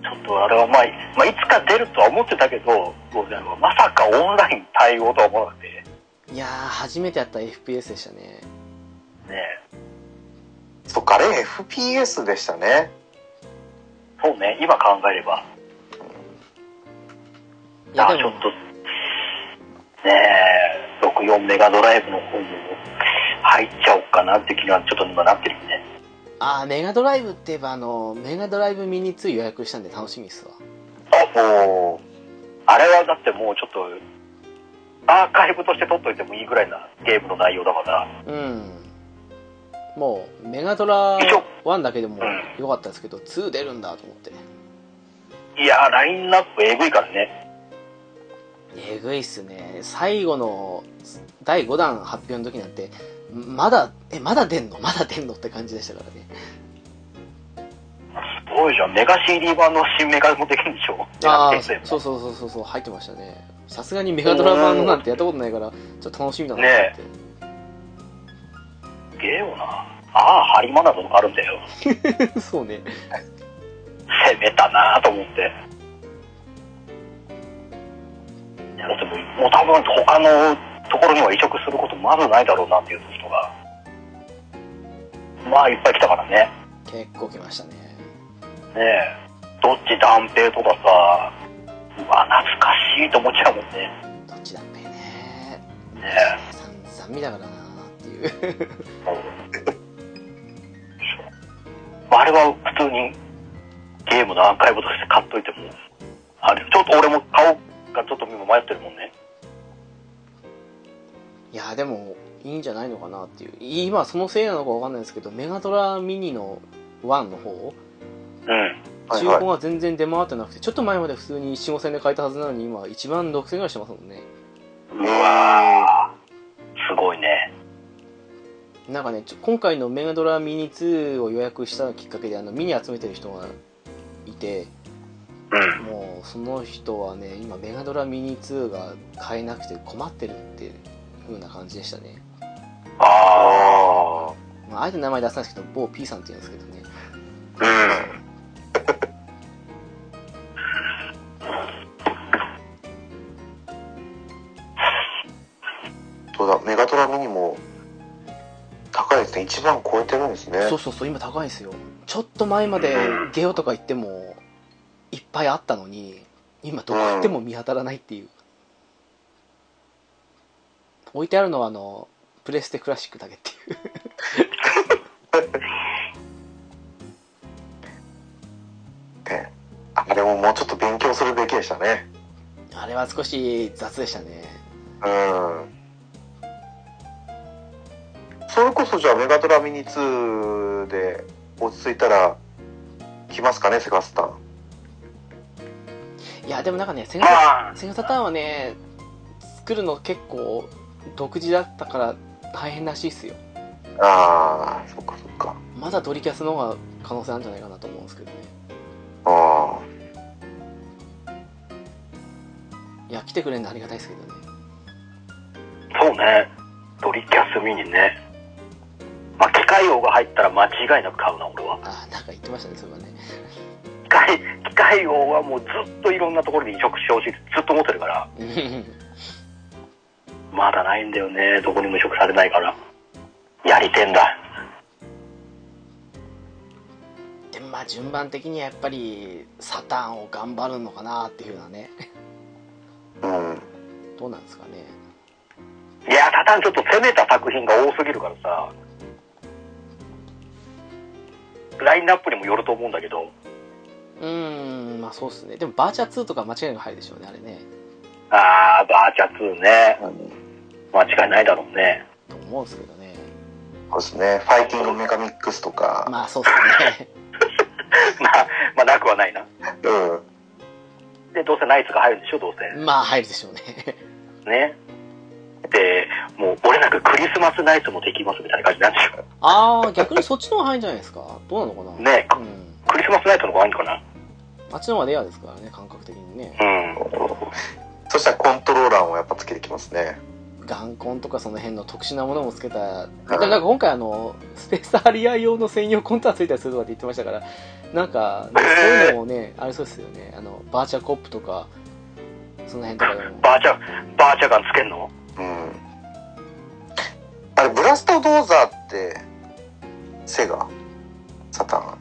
ちょっとあれはまあ、まあ、いつか出るとは思ってたけど、ゴールデンアイはまさかオンライン対応とは思わなくて。いやー初めてやった FPS でしたねねそっかあれ FPS でしたねそうね、今考えれば。いあやあでちょもっと、ねえ、64メガドライブの方も入っちゃおうかなって気がちょっと今なってるね。あーメガドライブって言えばあのメガドライブミニ2予約したんで楽しみっすわおおあれはだってもうちょっと、アーカイブとして撮っといてもいいぐらいなゲームの内容だから、うんもうメガドラ一緒1だけでもう良かったですけど2出るんだと思っていやー、ラインナップえぐいからね。えぐいっすね最後の第5弾発表の時なんてまだえまだ出んのまだ出んのって感じでしたからねすごいじゃん、メガ CD 版の新メガもできるんでしょあやあってんだよそうそうそうそうそう入ってましたねさすがにメガドラ版なんてやったことないからちょっと楽しみだなと思って、すげえよな。ああ、ハリマナドとかあるんだよ。 (laughs) そうね攻めたなぁと思って。いや、だってもう、もう多分他のところには移植することまずないだろうなっていう人が。まあ、いっぱい来たからね。結構来ましたねねえ。どっち断平とかさ、うわ、懐かしいと思っちゃうもんね。どっちだっぺねね散々見たからなっていう (laughs) あれは普通にゲームのアーカイブとして買っといても、あれ、ちょっと俺も買おうかちょっと今迷ってるもんね。いやでもいいんじゃないのかなっていう今そのせいなのかわかんないですけどメガドラミニの1の方うん。はい中はい古が全然出回ってなくてちょっと前まで普通に4 5千で買えたはずなのに今1万6000ぐらいしてますもんねうわーすごいね。なんかねちょ今回のメガドラミニ2を予約したきっかけであのミニ集めてる人がいてうん。もうその人はね今メガドラミニ2が買えなくて困ってるっていう風な感じでしたね、あまあ、あえて名前出さないですけど某 P さんって言うんですけどねー。うん。そうだメガドラミニも高いですね1万超えてるんですねそうそうそう今高いんですよちょっと前までゲオとか行ってもいっぱいあったのに今どこ行っても見当たらないっていう置いてあるのはあのプレステクラシックだけっていうねあれももうちょっと勉強するべきでしたねあれは少し雑でしたねうんそれこそじゃあメガドラミニ2で落ち着いたら来ますかねセガスターいやでもなんかねセガまサあ、セガサターンはね作るの結構独自だったから大変らしいっすよああそっかそっかまだドリキャスの方が可能性あるんじゃないかなと思うんですけどねあいや来てくれるのありがたいですけどねそうね。ドリキャスミニね。まあ、機械王が入ったら間違いなく買うな、俺は。ああなんか言ってましたねそれはね機械、機械王はもうずっといろんなところで移植してほしいってずっと思ってるから、うんまだないんだよね。どこにも移植されないから。やりてんだ。でもまあ順番的にはやっぱりサターンを頑張るのかなっていうのはね (laughs) あうんどうなんですかねいや、ただちょっと攻めた作品が多すぎるからさ、ラインナップにもよると思うんだけど、うーんまあそうっすねでもバーチャ2とか間違いなく入るでしょうねあれねあー、バーチャ2ね、間違いないだろうね。 (laughs) と思うんですけどねそうですねファイティングメガミックスとか、まあそうっすねまあ、まあ、なくはないな。うんで、どうせナイツが入るんでしょ、どうせ。まあ入るでしょうね (laughs) ね。で、もう、俺なんかクリスマスナイツもできますみたいな感じなんでしょああ逆にそっちの方が入るんじゃないですかどうなのかなう。ね、うんクリスマスナイツの方がいいのかな。あっちの方がレアですからね感覚的にねうん。そしたらコントローラーもやっぱつけてきますね眼根とかその辺の特殊なものもつけたいでもなんか今回あのスペースアリア用の専用コントがついたりするとかって言ってましたからなんか、ね、そういうのもねあれそうですよねあのバーチャコップとかその辺とかでもバーチャ、バーチャガンつけんのうんあれブラストドーザーってセガサターン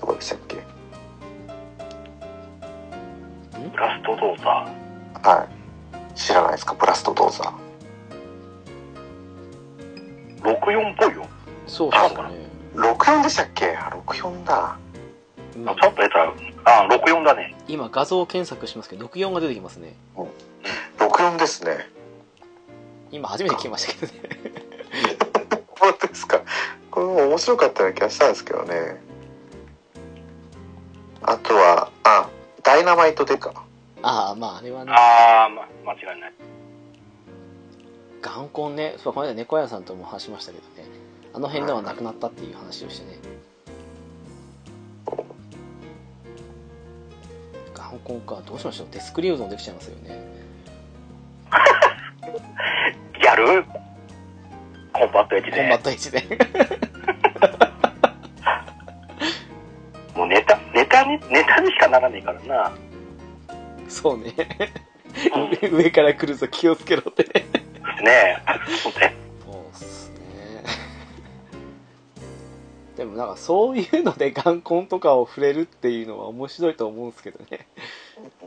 どこでしたっけブラスト動作。はい知らないですかブラストドーザー64っぽいよ。そうですよね64でしたっけあ64だ今ちょっとやったら、あ、64だね。今画像検索しますけど64が出てきますね64ですね今初めて聞きましたけどね本当ですかこれも面白かったような気がしたんですけどねあとはあダイナマイトデカああまああれはねああ、ま、間違いない。眼根ねそうこの間猫屋さんとも話しましたけどねあの辺ではなくなったっていう話をしてね眼根かどうしましょうデスクリューゾンできちゃいますよねやるコンバットエッジコンバッ。でト1で (laughs) もうネタ、ネタに、ネタにしかならねえからな。そうねうん、ね (laughs) 上から来るぞ気をつけろってねえ。そうねそうっすねでもなんかそういうので眼根とかを触れるっていうのは面白いと思うんですけどね。 (laughs)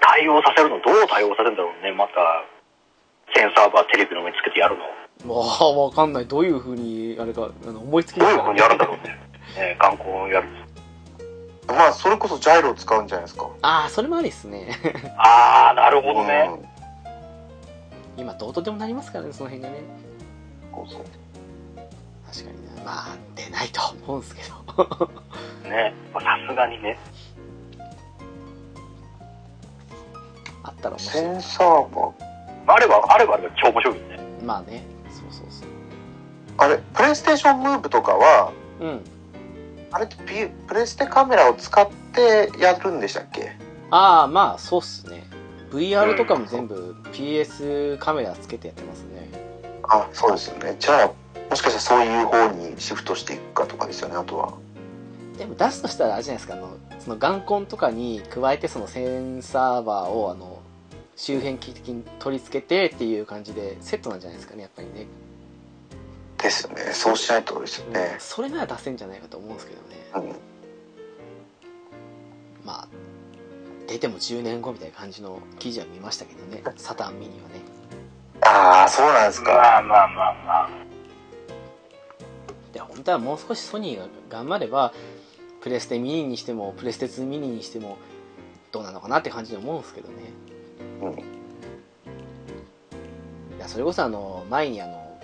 対応させるの、どう対応させるんだろうね、また、センサーバーテレビの上につけてやるの。まあ、わかんない。どういう風に、あれか、あの思いつきどうまいしうたふうにやるんだろうね。ね眼光をやる。まあそれこそジャイロを使うんじゃないですかああ、それもありですね。 (laughs) ああ、なるほどうね。ん今どうとでもなりますからね、その辺がね。そうそう確かにな。まあ、出ないと思うんですけど。 (laughs) ね。まあさすがにね。あったら面セ白ンサーバーあれば、あればあれば超面白いよね。い。まあね。そうそうそう。あれプレイステーションムーブとかはうん。あれってピプレステカメラを使ってやるんでしたっけああ、まあ、そうっすね。VR とかも全部 PS カメラつけてやってますね。あそうですよねじゃあもしかしたらそういう方にシフトしていくかとかですよねあとはでも出すとしたらあれじゃないですかあのその眼根とかに加えてそのセンサーバーをあの周辺機的に取り付けてっていう感じでセットなんじゃないですかねやっぱりね、ですよねそうしないとですよねそれなら出せんじゃないかと思うんですけどねうんまあ出ても10年後みたいな感じの記事は見ましたけどねサタンミニはねああそうなんですかまあまあまあまあ。で本当はもう少しソニーが頑張ればプレステミニにしてもプレステ2ミニにしてもどうなのかなって感じで思うんですけどねうんいやそれこそあの前にあの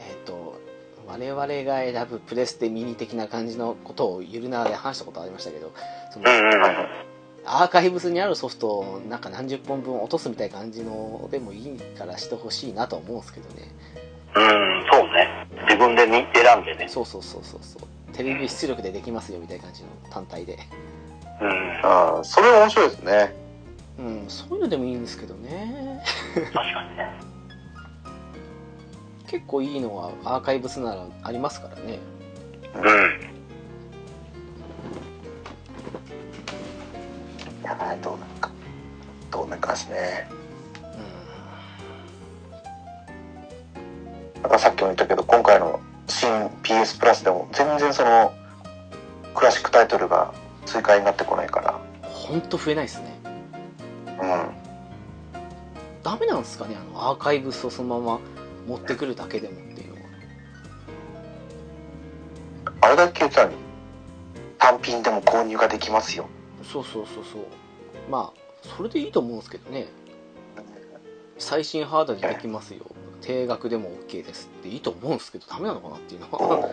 えっ、と我々が選ぶプレステミニ的な感じのことをゆるなで話したことありましたけどそのうんうん。ははいはいアーカイブスにあるソフトをなんか何十本分落とすみたいな感じのでもいいからしてほしいなとは思うんですけどねうん、そうね。自分でに選んでね。そうそうそうそうそうテレビ出力でできますよみたいな感じの単体でうん、ああそれ面白いですねうんそういうのでもいいんですけどね確かにね。結構いいのはアーカイブスならありますからねうん。いやーどうなんかどうなんかですねうなんかさっきも言ったけど今回の新 PS プラスでも全然そのクラシックタイトルが追加になってこないかんほんと増えないですねらうんダメなんですかねあのアーカイブスをそのまま持ってくるだけでもっていうのはあれだけ言ってたのに単品でも購入ができますよそうそうそうそうまあそれでいいと思うんですけどね最新ハードにできますよ定額でも OK ですっていいと思うんですけどダメなのかなっていうのはこ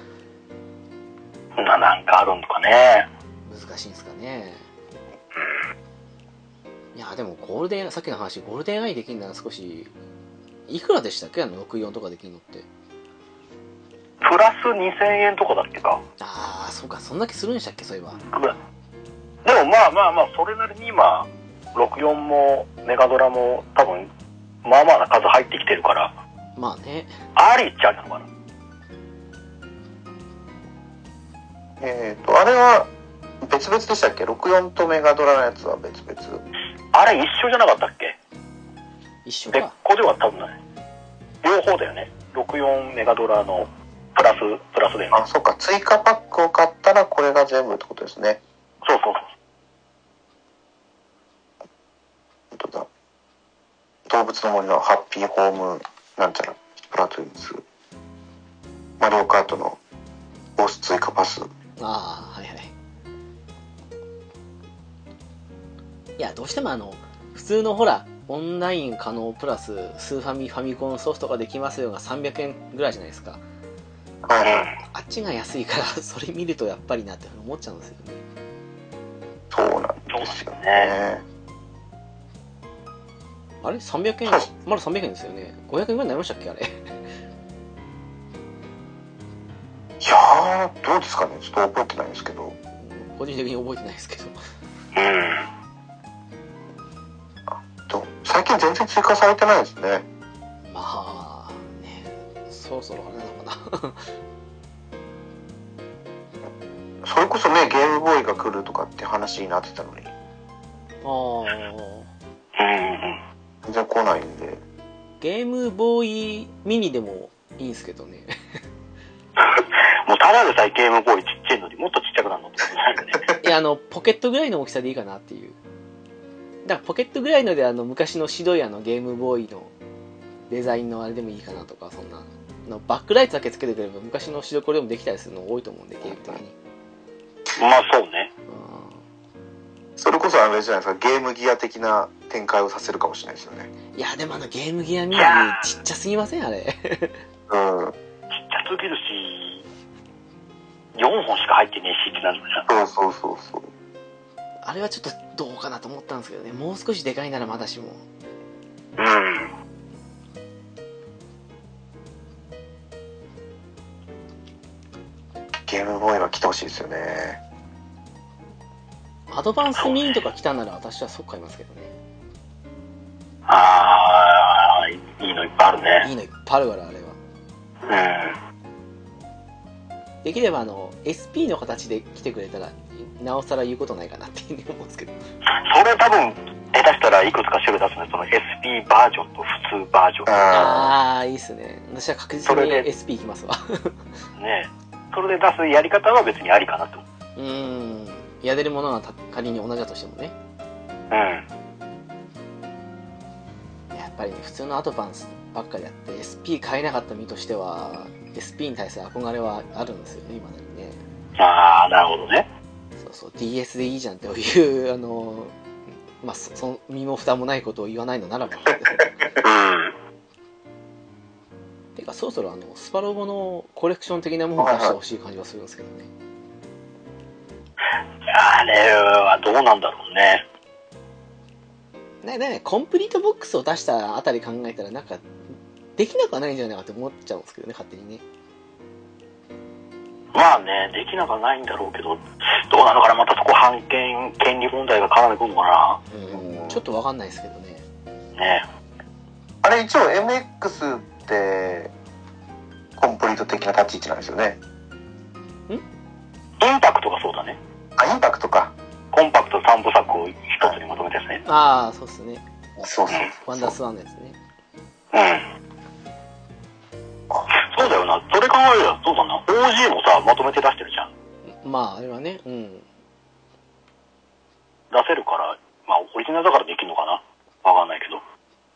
そんな、なんかあるんとかね。難しいんですかねいやでもゴールデンさっきの話ゴールデンアイできるなら少しいくらでしたっけあの64とかできるのってプラス2000円とかだっけか。ああそうかそんだけするんでしたっけそういえばでもまあまあまあ、それなりに今、64もメガドラも多分、まあまあな数入ってきてるから、まあねありっちゃありなのかな。うえっ、とあれは別々でしたっけ64とメガドラのやつは別々あれ一緒じゃなかったっけ一緒別か個では多分ない。両方だよね。64メガドラのプラス、プラスでね。あそうか追加パックを買ったらこれが全部ってことですねそうそうそう。本当だ動物の森のハッピーホームなんちゃらプラトゥーンズマリオカートのボス追加パスああはいはいいやどうしてもあの普通のほらオンライン可能プラススーファミファミコンソフトができますよが300円ぐらいじゃないですかはいはいあっちが安いからそれ見るとやっぱりなって思っちゃうんですよねそうなんですよねあれ300円はいまだ300円ですよね500円ぐらいになりましたっけあれ (laughs) いやーどうですかねちょっと覚えてないんですけど個人的に覚えてないですけど (laughs) うん。でも最近全然追加されてないですねまあねそろそろ (laughs) あれなのかなそれこそねゲームボーイが来るとかって話になってたのにああうんうんうん。全然来ないんで (laughs) ゲームボーイミニでもいいんですけどねもう確だでさえゲームボーイちっちゃいのにもっとちっちゃくなるのってことなんかね。 (laughs) いやあのポケットぐらいの大きさでいいかなっていうだからポケットぐらいのであの昔の白いあのゲームボーイのデザインのあれでもいいかなとかそんなあのバックライトだけつけてくれれば昔の白黒でもできたりするの多いと思うんでゲーム的にまあそうね。うそれこそあれじゃないですかゲームギア的な展開をさせるかもしれないですよねんいやでもあのゲームギアミいやニちっちゃすぎませんあれうんちっちゃすぎるし、4本しか入ってねえしってなるのじゃん。そうそうそうそう (laughs) あれはちょっとどうかなと思ったんですけどねもう少しでかいならまだしもうん。ゲームボーイは来てほしいですよねアドバンスミニとか来たなら私は即買いますけどねああ、いいのいっぱいあるね。いいのいっぱいあるからあれはうできればあの SP の形で来てくれたらなおさら言うことないかなっていうふうに思うんですけどん。それ多分、下手したらいくつか種類出すね。その SP バージョンと普通バージョンあああいいっすね私は確実そにれで SP いきますわね。それで出すやり方は別にありかなと思う。うーんやれるものはた仮に同じだとしてもねうん。やっぱりね普通のアドバンスばっかりやって SP 買えなかった身としては SP に対する憧れはあるんですよね今だにねああ、なるほどね。そうそう DS でいいじゃんっていう (laughs) あのまあそその身も蓋もないことを言わないの (laughs) ならばうん。てかそろそろあのスパロボのコレクション的なものを出してほしい感じはするんですけどねあれはどうなんだろうね。ねねコンプリートボックスを出したあたり考えたらなんかできなくはないんじゃないかって思っちゃうんですけどね勝手にねまあね、できなくはないんだろうけど、どうなのかなまたそこ判権、権利問題が絡んでくるのかうんちょっとわかんないですけどねなね。あれ一応 MX ってコンプリート的な立ち位置なんですよねインパクトがそうだね。あインパクトかコンパクト3部作を一つにまとめたやつね。ああそうっすねそうそうワンダースワンのやつねうん。そうだよな。それ考えるばそうだな。OG もさ、まとめて出してるじゃん。まああれはねうん出せるから、まあ、オリジナルだからできるのかなわかんないけど。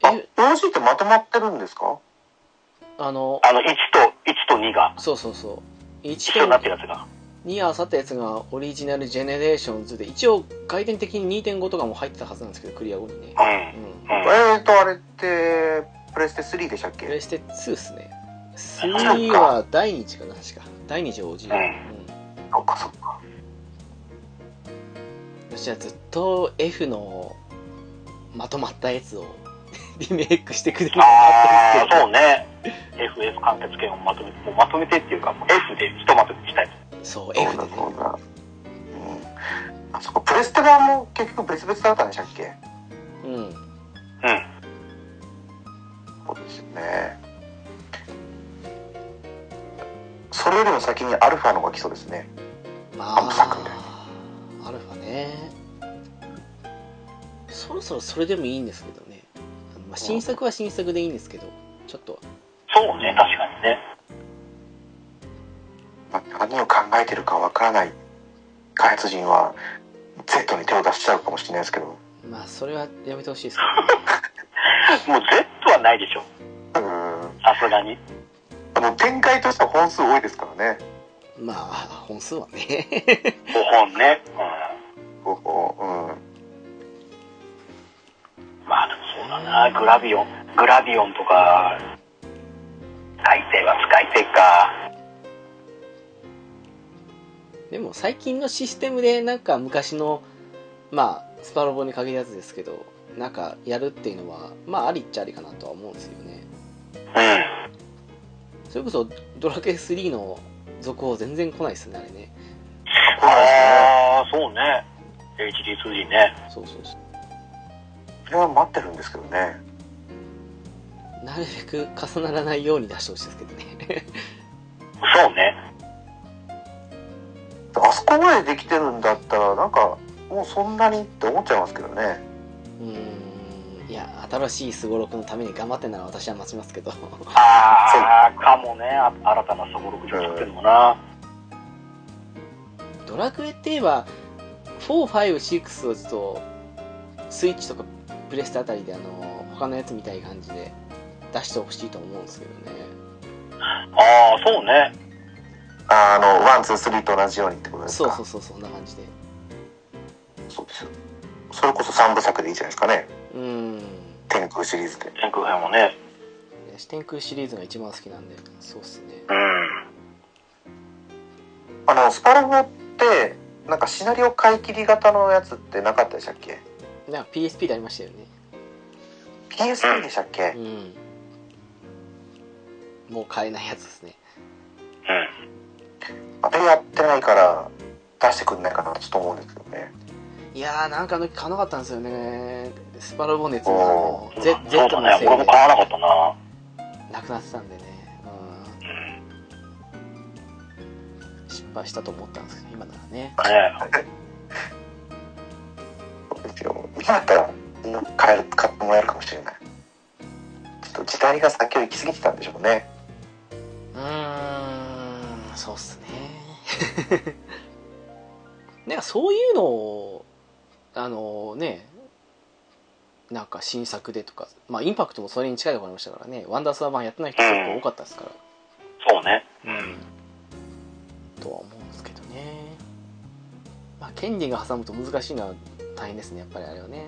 あえ OG ってまとまってるんですかあのあの、1と、1と2が、そうそうそう一緒にな1ってるやつが。 2合わさったやつがオリジナルジェネレーションズで一応回転的に2.5とかも入ってたはずなんですけどクリア後にねうん。うんうん。えーとあれってプレステ3でしたっプレけステ2っすね3は第2かな確か第2次 OG うんうんそっかそっか私はずっと F のまとまったやつを (laughs) リメイクしてくれるのあがあ、あったんですそうね。FF 完結権をまとめて、もうまとめてっていうか、もう F でひとまとめにしたい。けどそうそう F だでそねうだうんあそっかプレステ側も結局別々だったんでしたっけうんうん。そうですよねそれよりも先にアルファの方が来そうですねまアンプ作みたいあアルファねそろそろそれでもいいんですけどね、まあ、新作は新作でいいんですけどちょっとそうね、確かにね。まあ何を考えてるかわからない開発人は Z に手を出しちゃうかもしれないですけどまあそれはやめてほ (laughs) しいですけどねもう Z はないでしょ。うんもさすがに。う展開としては本数多いですからねまあ本数はね5本ね。ここうんうん。まあでもそうだな。グラビオン。グラビオンとか、大抵は使い手か。でも最近のシステムでなんか昔のまあスパロボに限らずですけどなんかやるっていうのはまあありっちゃありかなとは思うんですよねうん。それこそドラケン3の続報全然来ないですねあれねああ、そうね。HD2G ね。そうそうそうそれは待ってるんですけどねなるべく重ならないように出してほしいですけどね (laughs) そうね。あそこまでできてるんだったらなんかもうそんなにって思っちゃいますけどねうーんいや新しいすごろくのために頑張ってんなら私は (laughs) 待ちますけどああ、かもね。あ新たなサボロクで作ってるのかな。ラクエって言えば、4、5、6をずっと、スイッチとかプレステあたりで、あの、他のやつみたいな感じで出してほしいと思うんですけどね。ああ、そうね。ああの、ワン、ツー、スリーと同じようにってことですそうかそうそう、そんな感じで。そうですよそれこそ三部作でいいじゃないですかね。うーん。天空シリーズで。天空編もね。四天空シリーズが一番好きなんで、そうっすね。うん。あの、スパロボって、なんかシナリオ買い切り型のやつってなかったでしたっけなんか PSP でありましたよね。 ?PSP でしたっけうん。もう買えないやつですね。あれやってないから出してくんないかなってちょっと思うんですけどね。いやー、なんかあの時買わなかったんですよね。スパロボ熱おも、うん。ゼそうゼットのだせね。い俺もで買わなかったな。なくなってたんでね。うん。失敗したと思ったんですけど、今ならね。ねそうですよ。今だったら、買える、買ってもらえるかもしれない。ちょっと時代が先を行き過ぎてたんでしょうね。うーん、そうっすね。 (laughs) なんかそういうのを、あのね、なんか新作でとか、まあインパクトもそれに近いところありましたからね、ワンダースワン版やってない人結構多かったですから。そうね。とは思うんですけどねまあ権利が挟むと難しいのは大変ですねやっぱりあれはね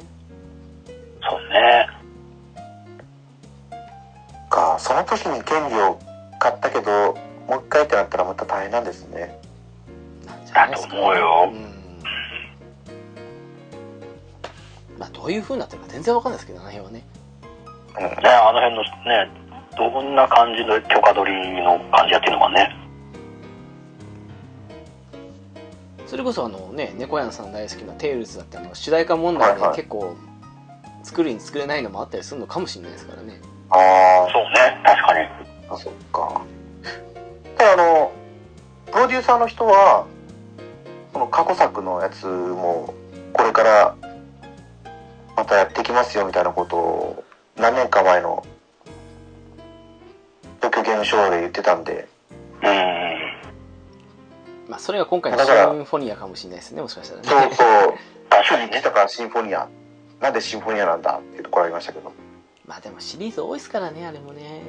そうね。か、その時に権利を買ったけど、もう一回ってなったらまた大変なんですね。なんじゃないですかだと思うようんまあどういう風になってるか全然わかんないですけどあの辺はねね、あの辺のね、どんな感じの許可取りの感じやってるのかね。それこそあのね猫屋さん大好きな「テールズ」だってあの主題歌問題ではいはい結構作るに作れないのもあったりするのかもしれないですからねあそうね。確かに。あ、そっか。ただあの、プロデューサーの人は、その過去作のやつも、これから、またやっていきますよみたいなことを、何年か前の、東京ゲームショーで言ってたんで、うん。まあそれが今回の「だシからンフォニア」かもしれないですねもしかしたらねそうそう、確主かに人ね来。たからシンフォ (laughs) ニア。なんでシンフォニアなんだっていうところありましたけど。まあでもシリーズ多いですからねあれもね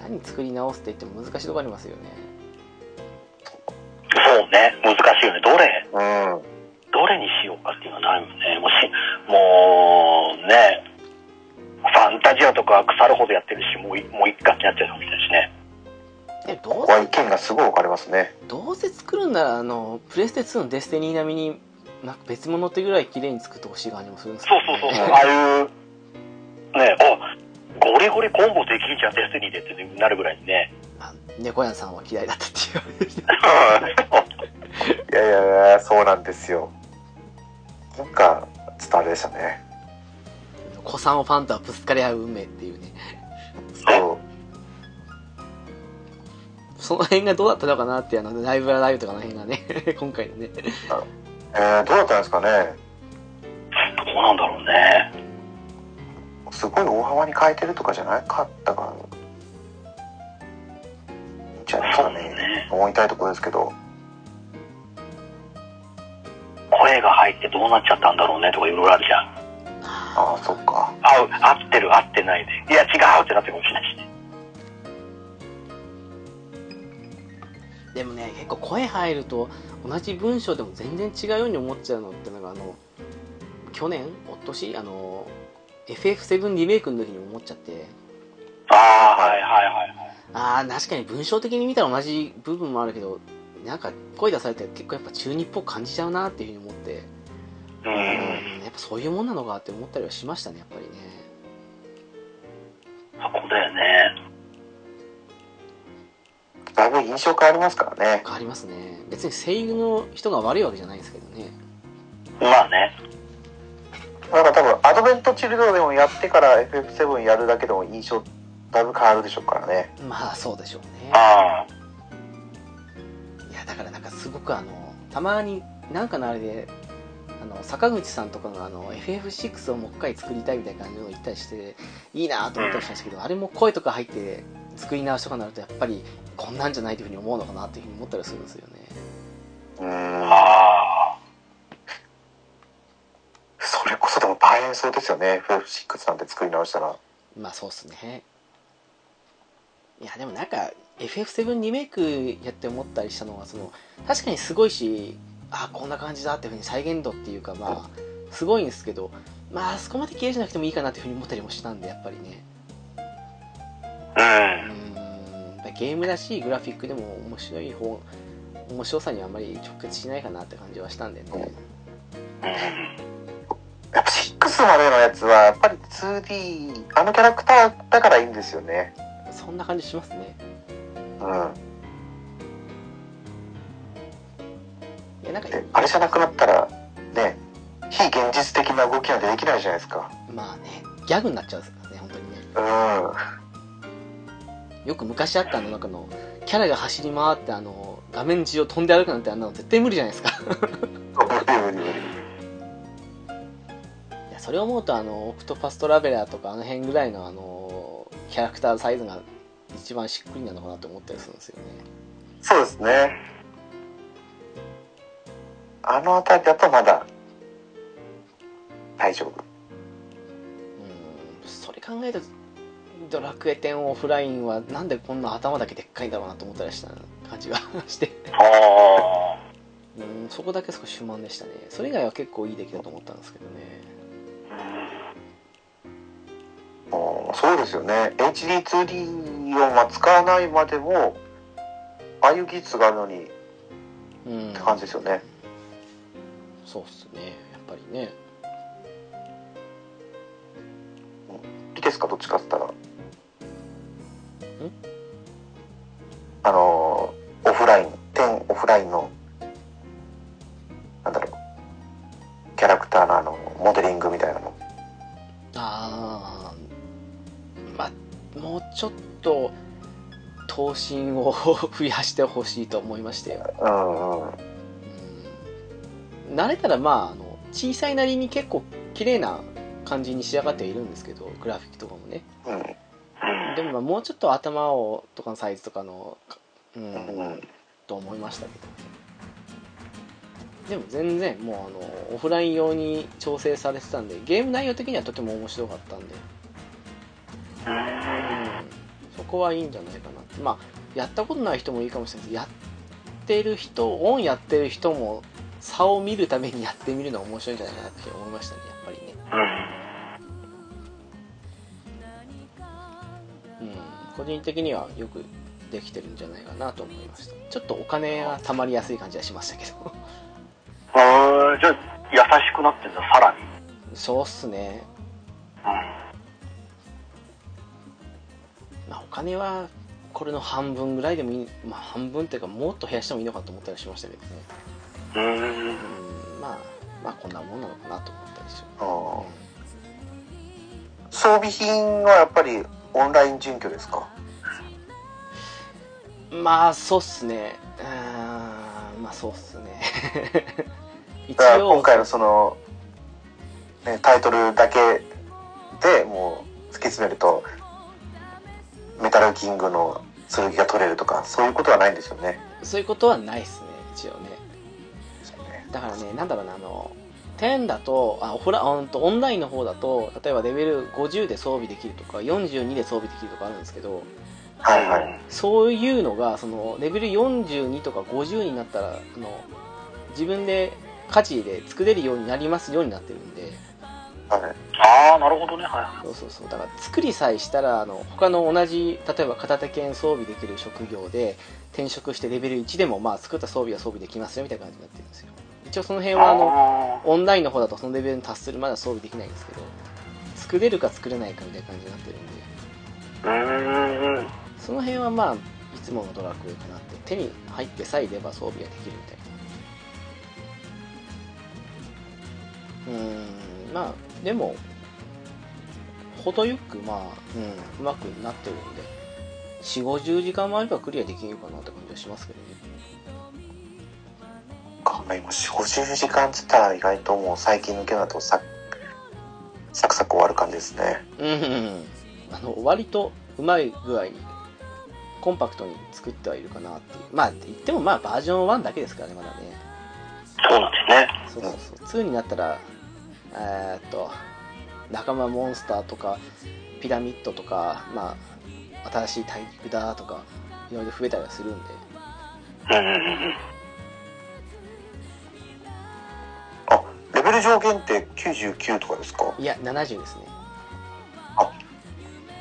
何作り直すって言っても難しいとこありますよねそうね。難しいよね。どれうん。どれにしようかっていうのはないもんね。もし、もうね、ファンタジアとか腐るほどやってるし、もういもう一回ってなっちゃうかもしれないしね。でもどこうこはせ意見がすごい分かれますね。どうせ作るんならあのプレステ2のデスティニー並みになんか別物ってぐらい綺麗に作ってほしい感じもするんですけそどうそうそうそう。ねああいう、ね、おゴリゴリコンボできんじゃん、デスティニーでってなるぐらいにね。 (laughs) (laughs) あ猫屋さんは嫌いだったっていういやいやいや、そうなんですよ。なんか、ちょっとあれでしたね。子さんをファンとはぶつかり合う運命っていうねそう。その辺がどうだったのかなってあのライブラライブとかの辺がね (laughs) 今回のねえー、どうだったんですかね。どうなんだろうね。すごい大幅に変えてるとかじゃなかったから。いいんじゃないですかそうね。ね思いたいところですけど。声が入ってどうなっちゃったんだろうねとかいろいろあるじゃん。ああ、そっか。合う、合ってる、合ってないで。いや、違うってなってるかもしれないしね。でもね結構声入ると同じ文章でも全然違うように思っちゃうのってのがあの去年おととしあの FF7 リメイクの時に思っちゃってああ、はいはいはいはい。ああ確かに文章的に見たら同じ部分もあるけどなんか声出されて結構やっぱ中二っぽく感じちゃうなっていうふうに思って、う。うんやっぱそういうもんなのかって思ったりはしましたねやっぱりねそこだよね。だいぶ印象変わりますからね。変わりますね別に声優の人が悪いわけじゃないんですけどねまあね。なんか多分、アドベントチルドでもやってから FF7 やるだけでも印象、だいぶ変わるでしょうからね。まあそうでしょうねあいやだからなんかすごくあのたまになんかのあれであの坂口さんとかがあの FF6 をもう一回作りたいみたいな感じのを言ったりしていいなと思ったりしたんですけど、あれも声とか入って作り直しとかになるとやっぱりこんなんじゃないというふうに思うのかなというふうに思ったりするんですよねうーんあそれこそでも大変そうですよね FF6 なんて作り直したらまあそうっすねいやでもなんか FF7 リメイクやって思ったりしたのはその確かにすごいしあこんな感じだっていうふうに再現度っていうかまあすごいんですけどまああそこまで綺麗じゃなくてもいいかなっていうふうに思ったりもしたんでやっぱりねあうーんゲームらしいグラフィックでも面白い方面白さにはあんまり直結しないかなって感じはしたんでね、うんうんやっぱ6までのやつはやっぱり 2D あのキャラクターだからいいんですよねそんな感じしますねうんいやなんかであれじゃなくなったらね非現実的な動きなんてできないじゃないですかまあねギャグになっちゃうんですからね本当にねうんはよく昔あったあの中のキャラが走り回ってあの画面中を飛んで歩くなんてあんなの絶対無理じゃないですか無理無理 (laughs) い無理やそれを思うとあのオクトパストラベラーとかあの辺ぐらいのあのキャラクターサイズが一番しっくりなのかなと思ったりするんですよねそうですねあの辺りだとまだ大丈夫うんそれ考えるとドラクエ10オフラインはなんでこんな頭だけでっかいんだろうなと思ったりした感じが (laughs) してあうんそこだけ少し不満でしたねそれ以外は結構いい出来だと思ったんですけどねあーそうですよね HD2D をまあ使わないまでもああいう技術があるのにうんって感じですよねそうっすねやっぱりねいいですかどっちかっつったらあのーオフライン10オフラインのなんだろうキャラクターのあのモデリングみたいなのあーまあもうちょっと頭身を増やしてほしいと思いましたよ、うんうんうん、慣れたらまああの小さいなりに結構綺麗な感じに仕上がってはいるんですけどグラフィックとかもねうんあでもまあもうちょっと頭をとかのサイズとかのかううんんと思いましたけどでも全然もうあのオフライン用に調整されてたんでゲーム内容的にはとても面白かったんでうんうんそこはいいんじゃないかなまあやったことない人もいいかもしれないですやってる人オンやってる人も差を見るためにやってみるのが面白いんじゃないかなって思いましたねやっぱりねうんうん個人的にはよくできてるんじゃないかなと思いましたちょっとお金が貯まりやすい感じはしましたけどあーじゃあ優しくなってんださらにそうっすねうまあお金はこれの半分ぐらいでもいいまあ半分っていうかもっと増やしてもいいのかと思ったりしましたけどねんうんうんまあまあこんなもんなのかなと思ったりしあーます装備品はやっぱりオンライン準拠ですかまあそうっすねうーんまあそうっすね (laughs) 一だから応今回のその、ね、タイトルだけでもう突き詰めるとメタルキングの剣が取れるとかそういうことはないんですよね。そういうことはないっすね一応ねそうねだからねなんだろうなあの10だとあほらほんとオンラインの方だと例えばレベル50で装備できるとか42で装備できるとかあるんですけどはいはい。そういうのがそのレベル42とか50になったらあの自分で価値で作れるようになりますようになってるんではい、ああなるほどねはいそうそうそうだから作りさえしたらあの他の同じ例えば片手剣装備できる職業で転職してレベル1でもまあ作った装備は装備できますよみたいな感じになってるんですよ一応その辺はあのあオンラインの方だとそのレベルに達するまでは装備できないんですけど作れるか作れないかみたいな感じになってるんでーうんうんその辺はまあいつものドラクエかなって手に入ってさえいれば装備ができるみたいなうーんまあでも程よくまあ、うん、うまくなってるんで4 5 0時間前はクリアできるかなって感じはしますけどねか今50時間っつったら意外ともう最近のゲームだとサクサクサク終わる感じですね。うんあの割とうまい具合にコンパクトに作ってはいるかなっていうまあ言ってもまあバージョン1だけですからねまだねそうなんでそすね。うそうそう2になったらえーっと仲間モンスターとかピラミッドとかまあ新しい大陸だとかいろいろ増えたりはするんでうんうんうんうん。あレベル上限って99とかですかいや70ですね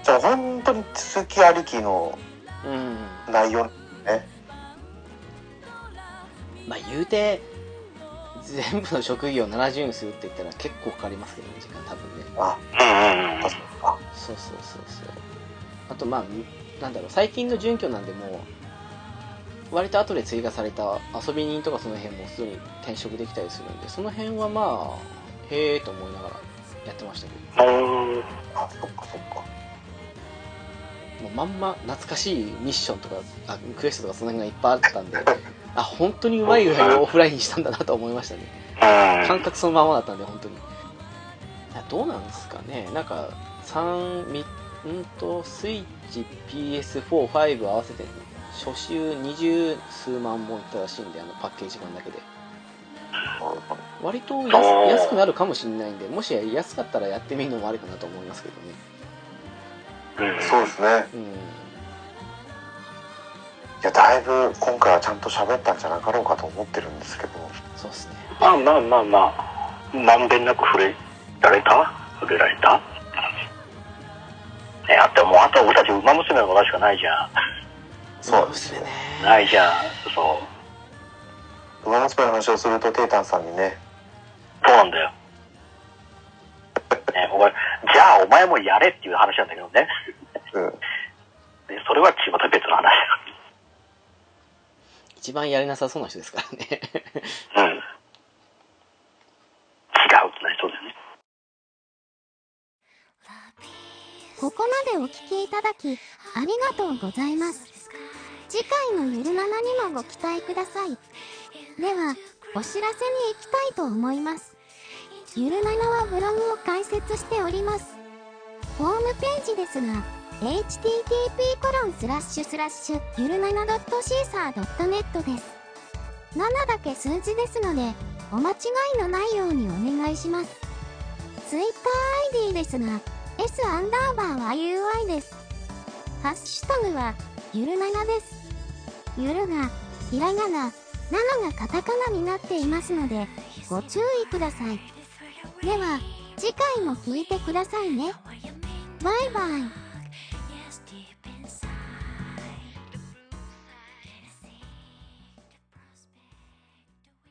じゃあ本当に続きありきのうん内容まあ言うて全部の職業を70にするって言ったら結構かかりますけどね時間多分ねあうんうんうん。あそっかそうそうそうそうあとまあみなんだろう最近の準拠なんでもう割と後で追加された遊び人とかその辺もすでに転職できたりするんでその辺はまあへえと思いながらやってましたけうんあそっかそっかどもうまんま懐かしいミッションとかあクエストとかその辺がいっぱいあったんであ本当にうまい具合をオフラインにしたんだなと思いましたね感覚そのままだったんで本当にいやどうなんですかねなんか3みうんとスイッチ PS45 合わせて初週20数万本いったらしいんであのパッケージ版だけで割と安おー安くなるかもしれないんでもし安かったらやってみるのもありかなと思いますけどねうん。そうですねうんいやだいぶ今回はちゃんと喋ったんじゃなかろうかと思ってるんですけどそうっすねまあまあまあまあ、まんべんなく触れられた触れられたね、あってもうあとは俺たち馬娘の話しかないじゃそうですねん。ないじゃん。そう。馬娘の話をするとテータンさんにねそうなんだよ。ね、お前、じゃあお前もやれっていう話なんだけどね。うんねそれはまた別の話一番やれなさそうな人ですからねだ。うん。違うってなりそうだよね。ここまでお聞きいただき、ありがとうございます。次回のゆるななにもご期待ください。では、お知らせに行きたいと思います。ゆるななはブログを開設しております。ホームページですが、http コロンスラッシュスラッシュゆるなな .caesar.net です。7だけ数字ですので、お間違いのないようにお願いします。TwitterID ですが、S アンダーバーは UI です。ハッシュタグは、ゆるななです。ゆるが、ひらがな、なのがカタカナになっていますので、ご注意ください。では、次回も聞いてくださいね。バイバイ。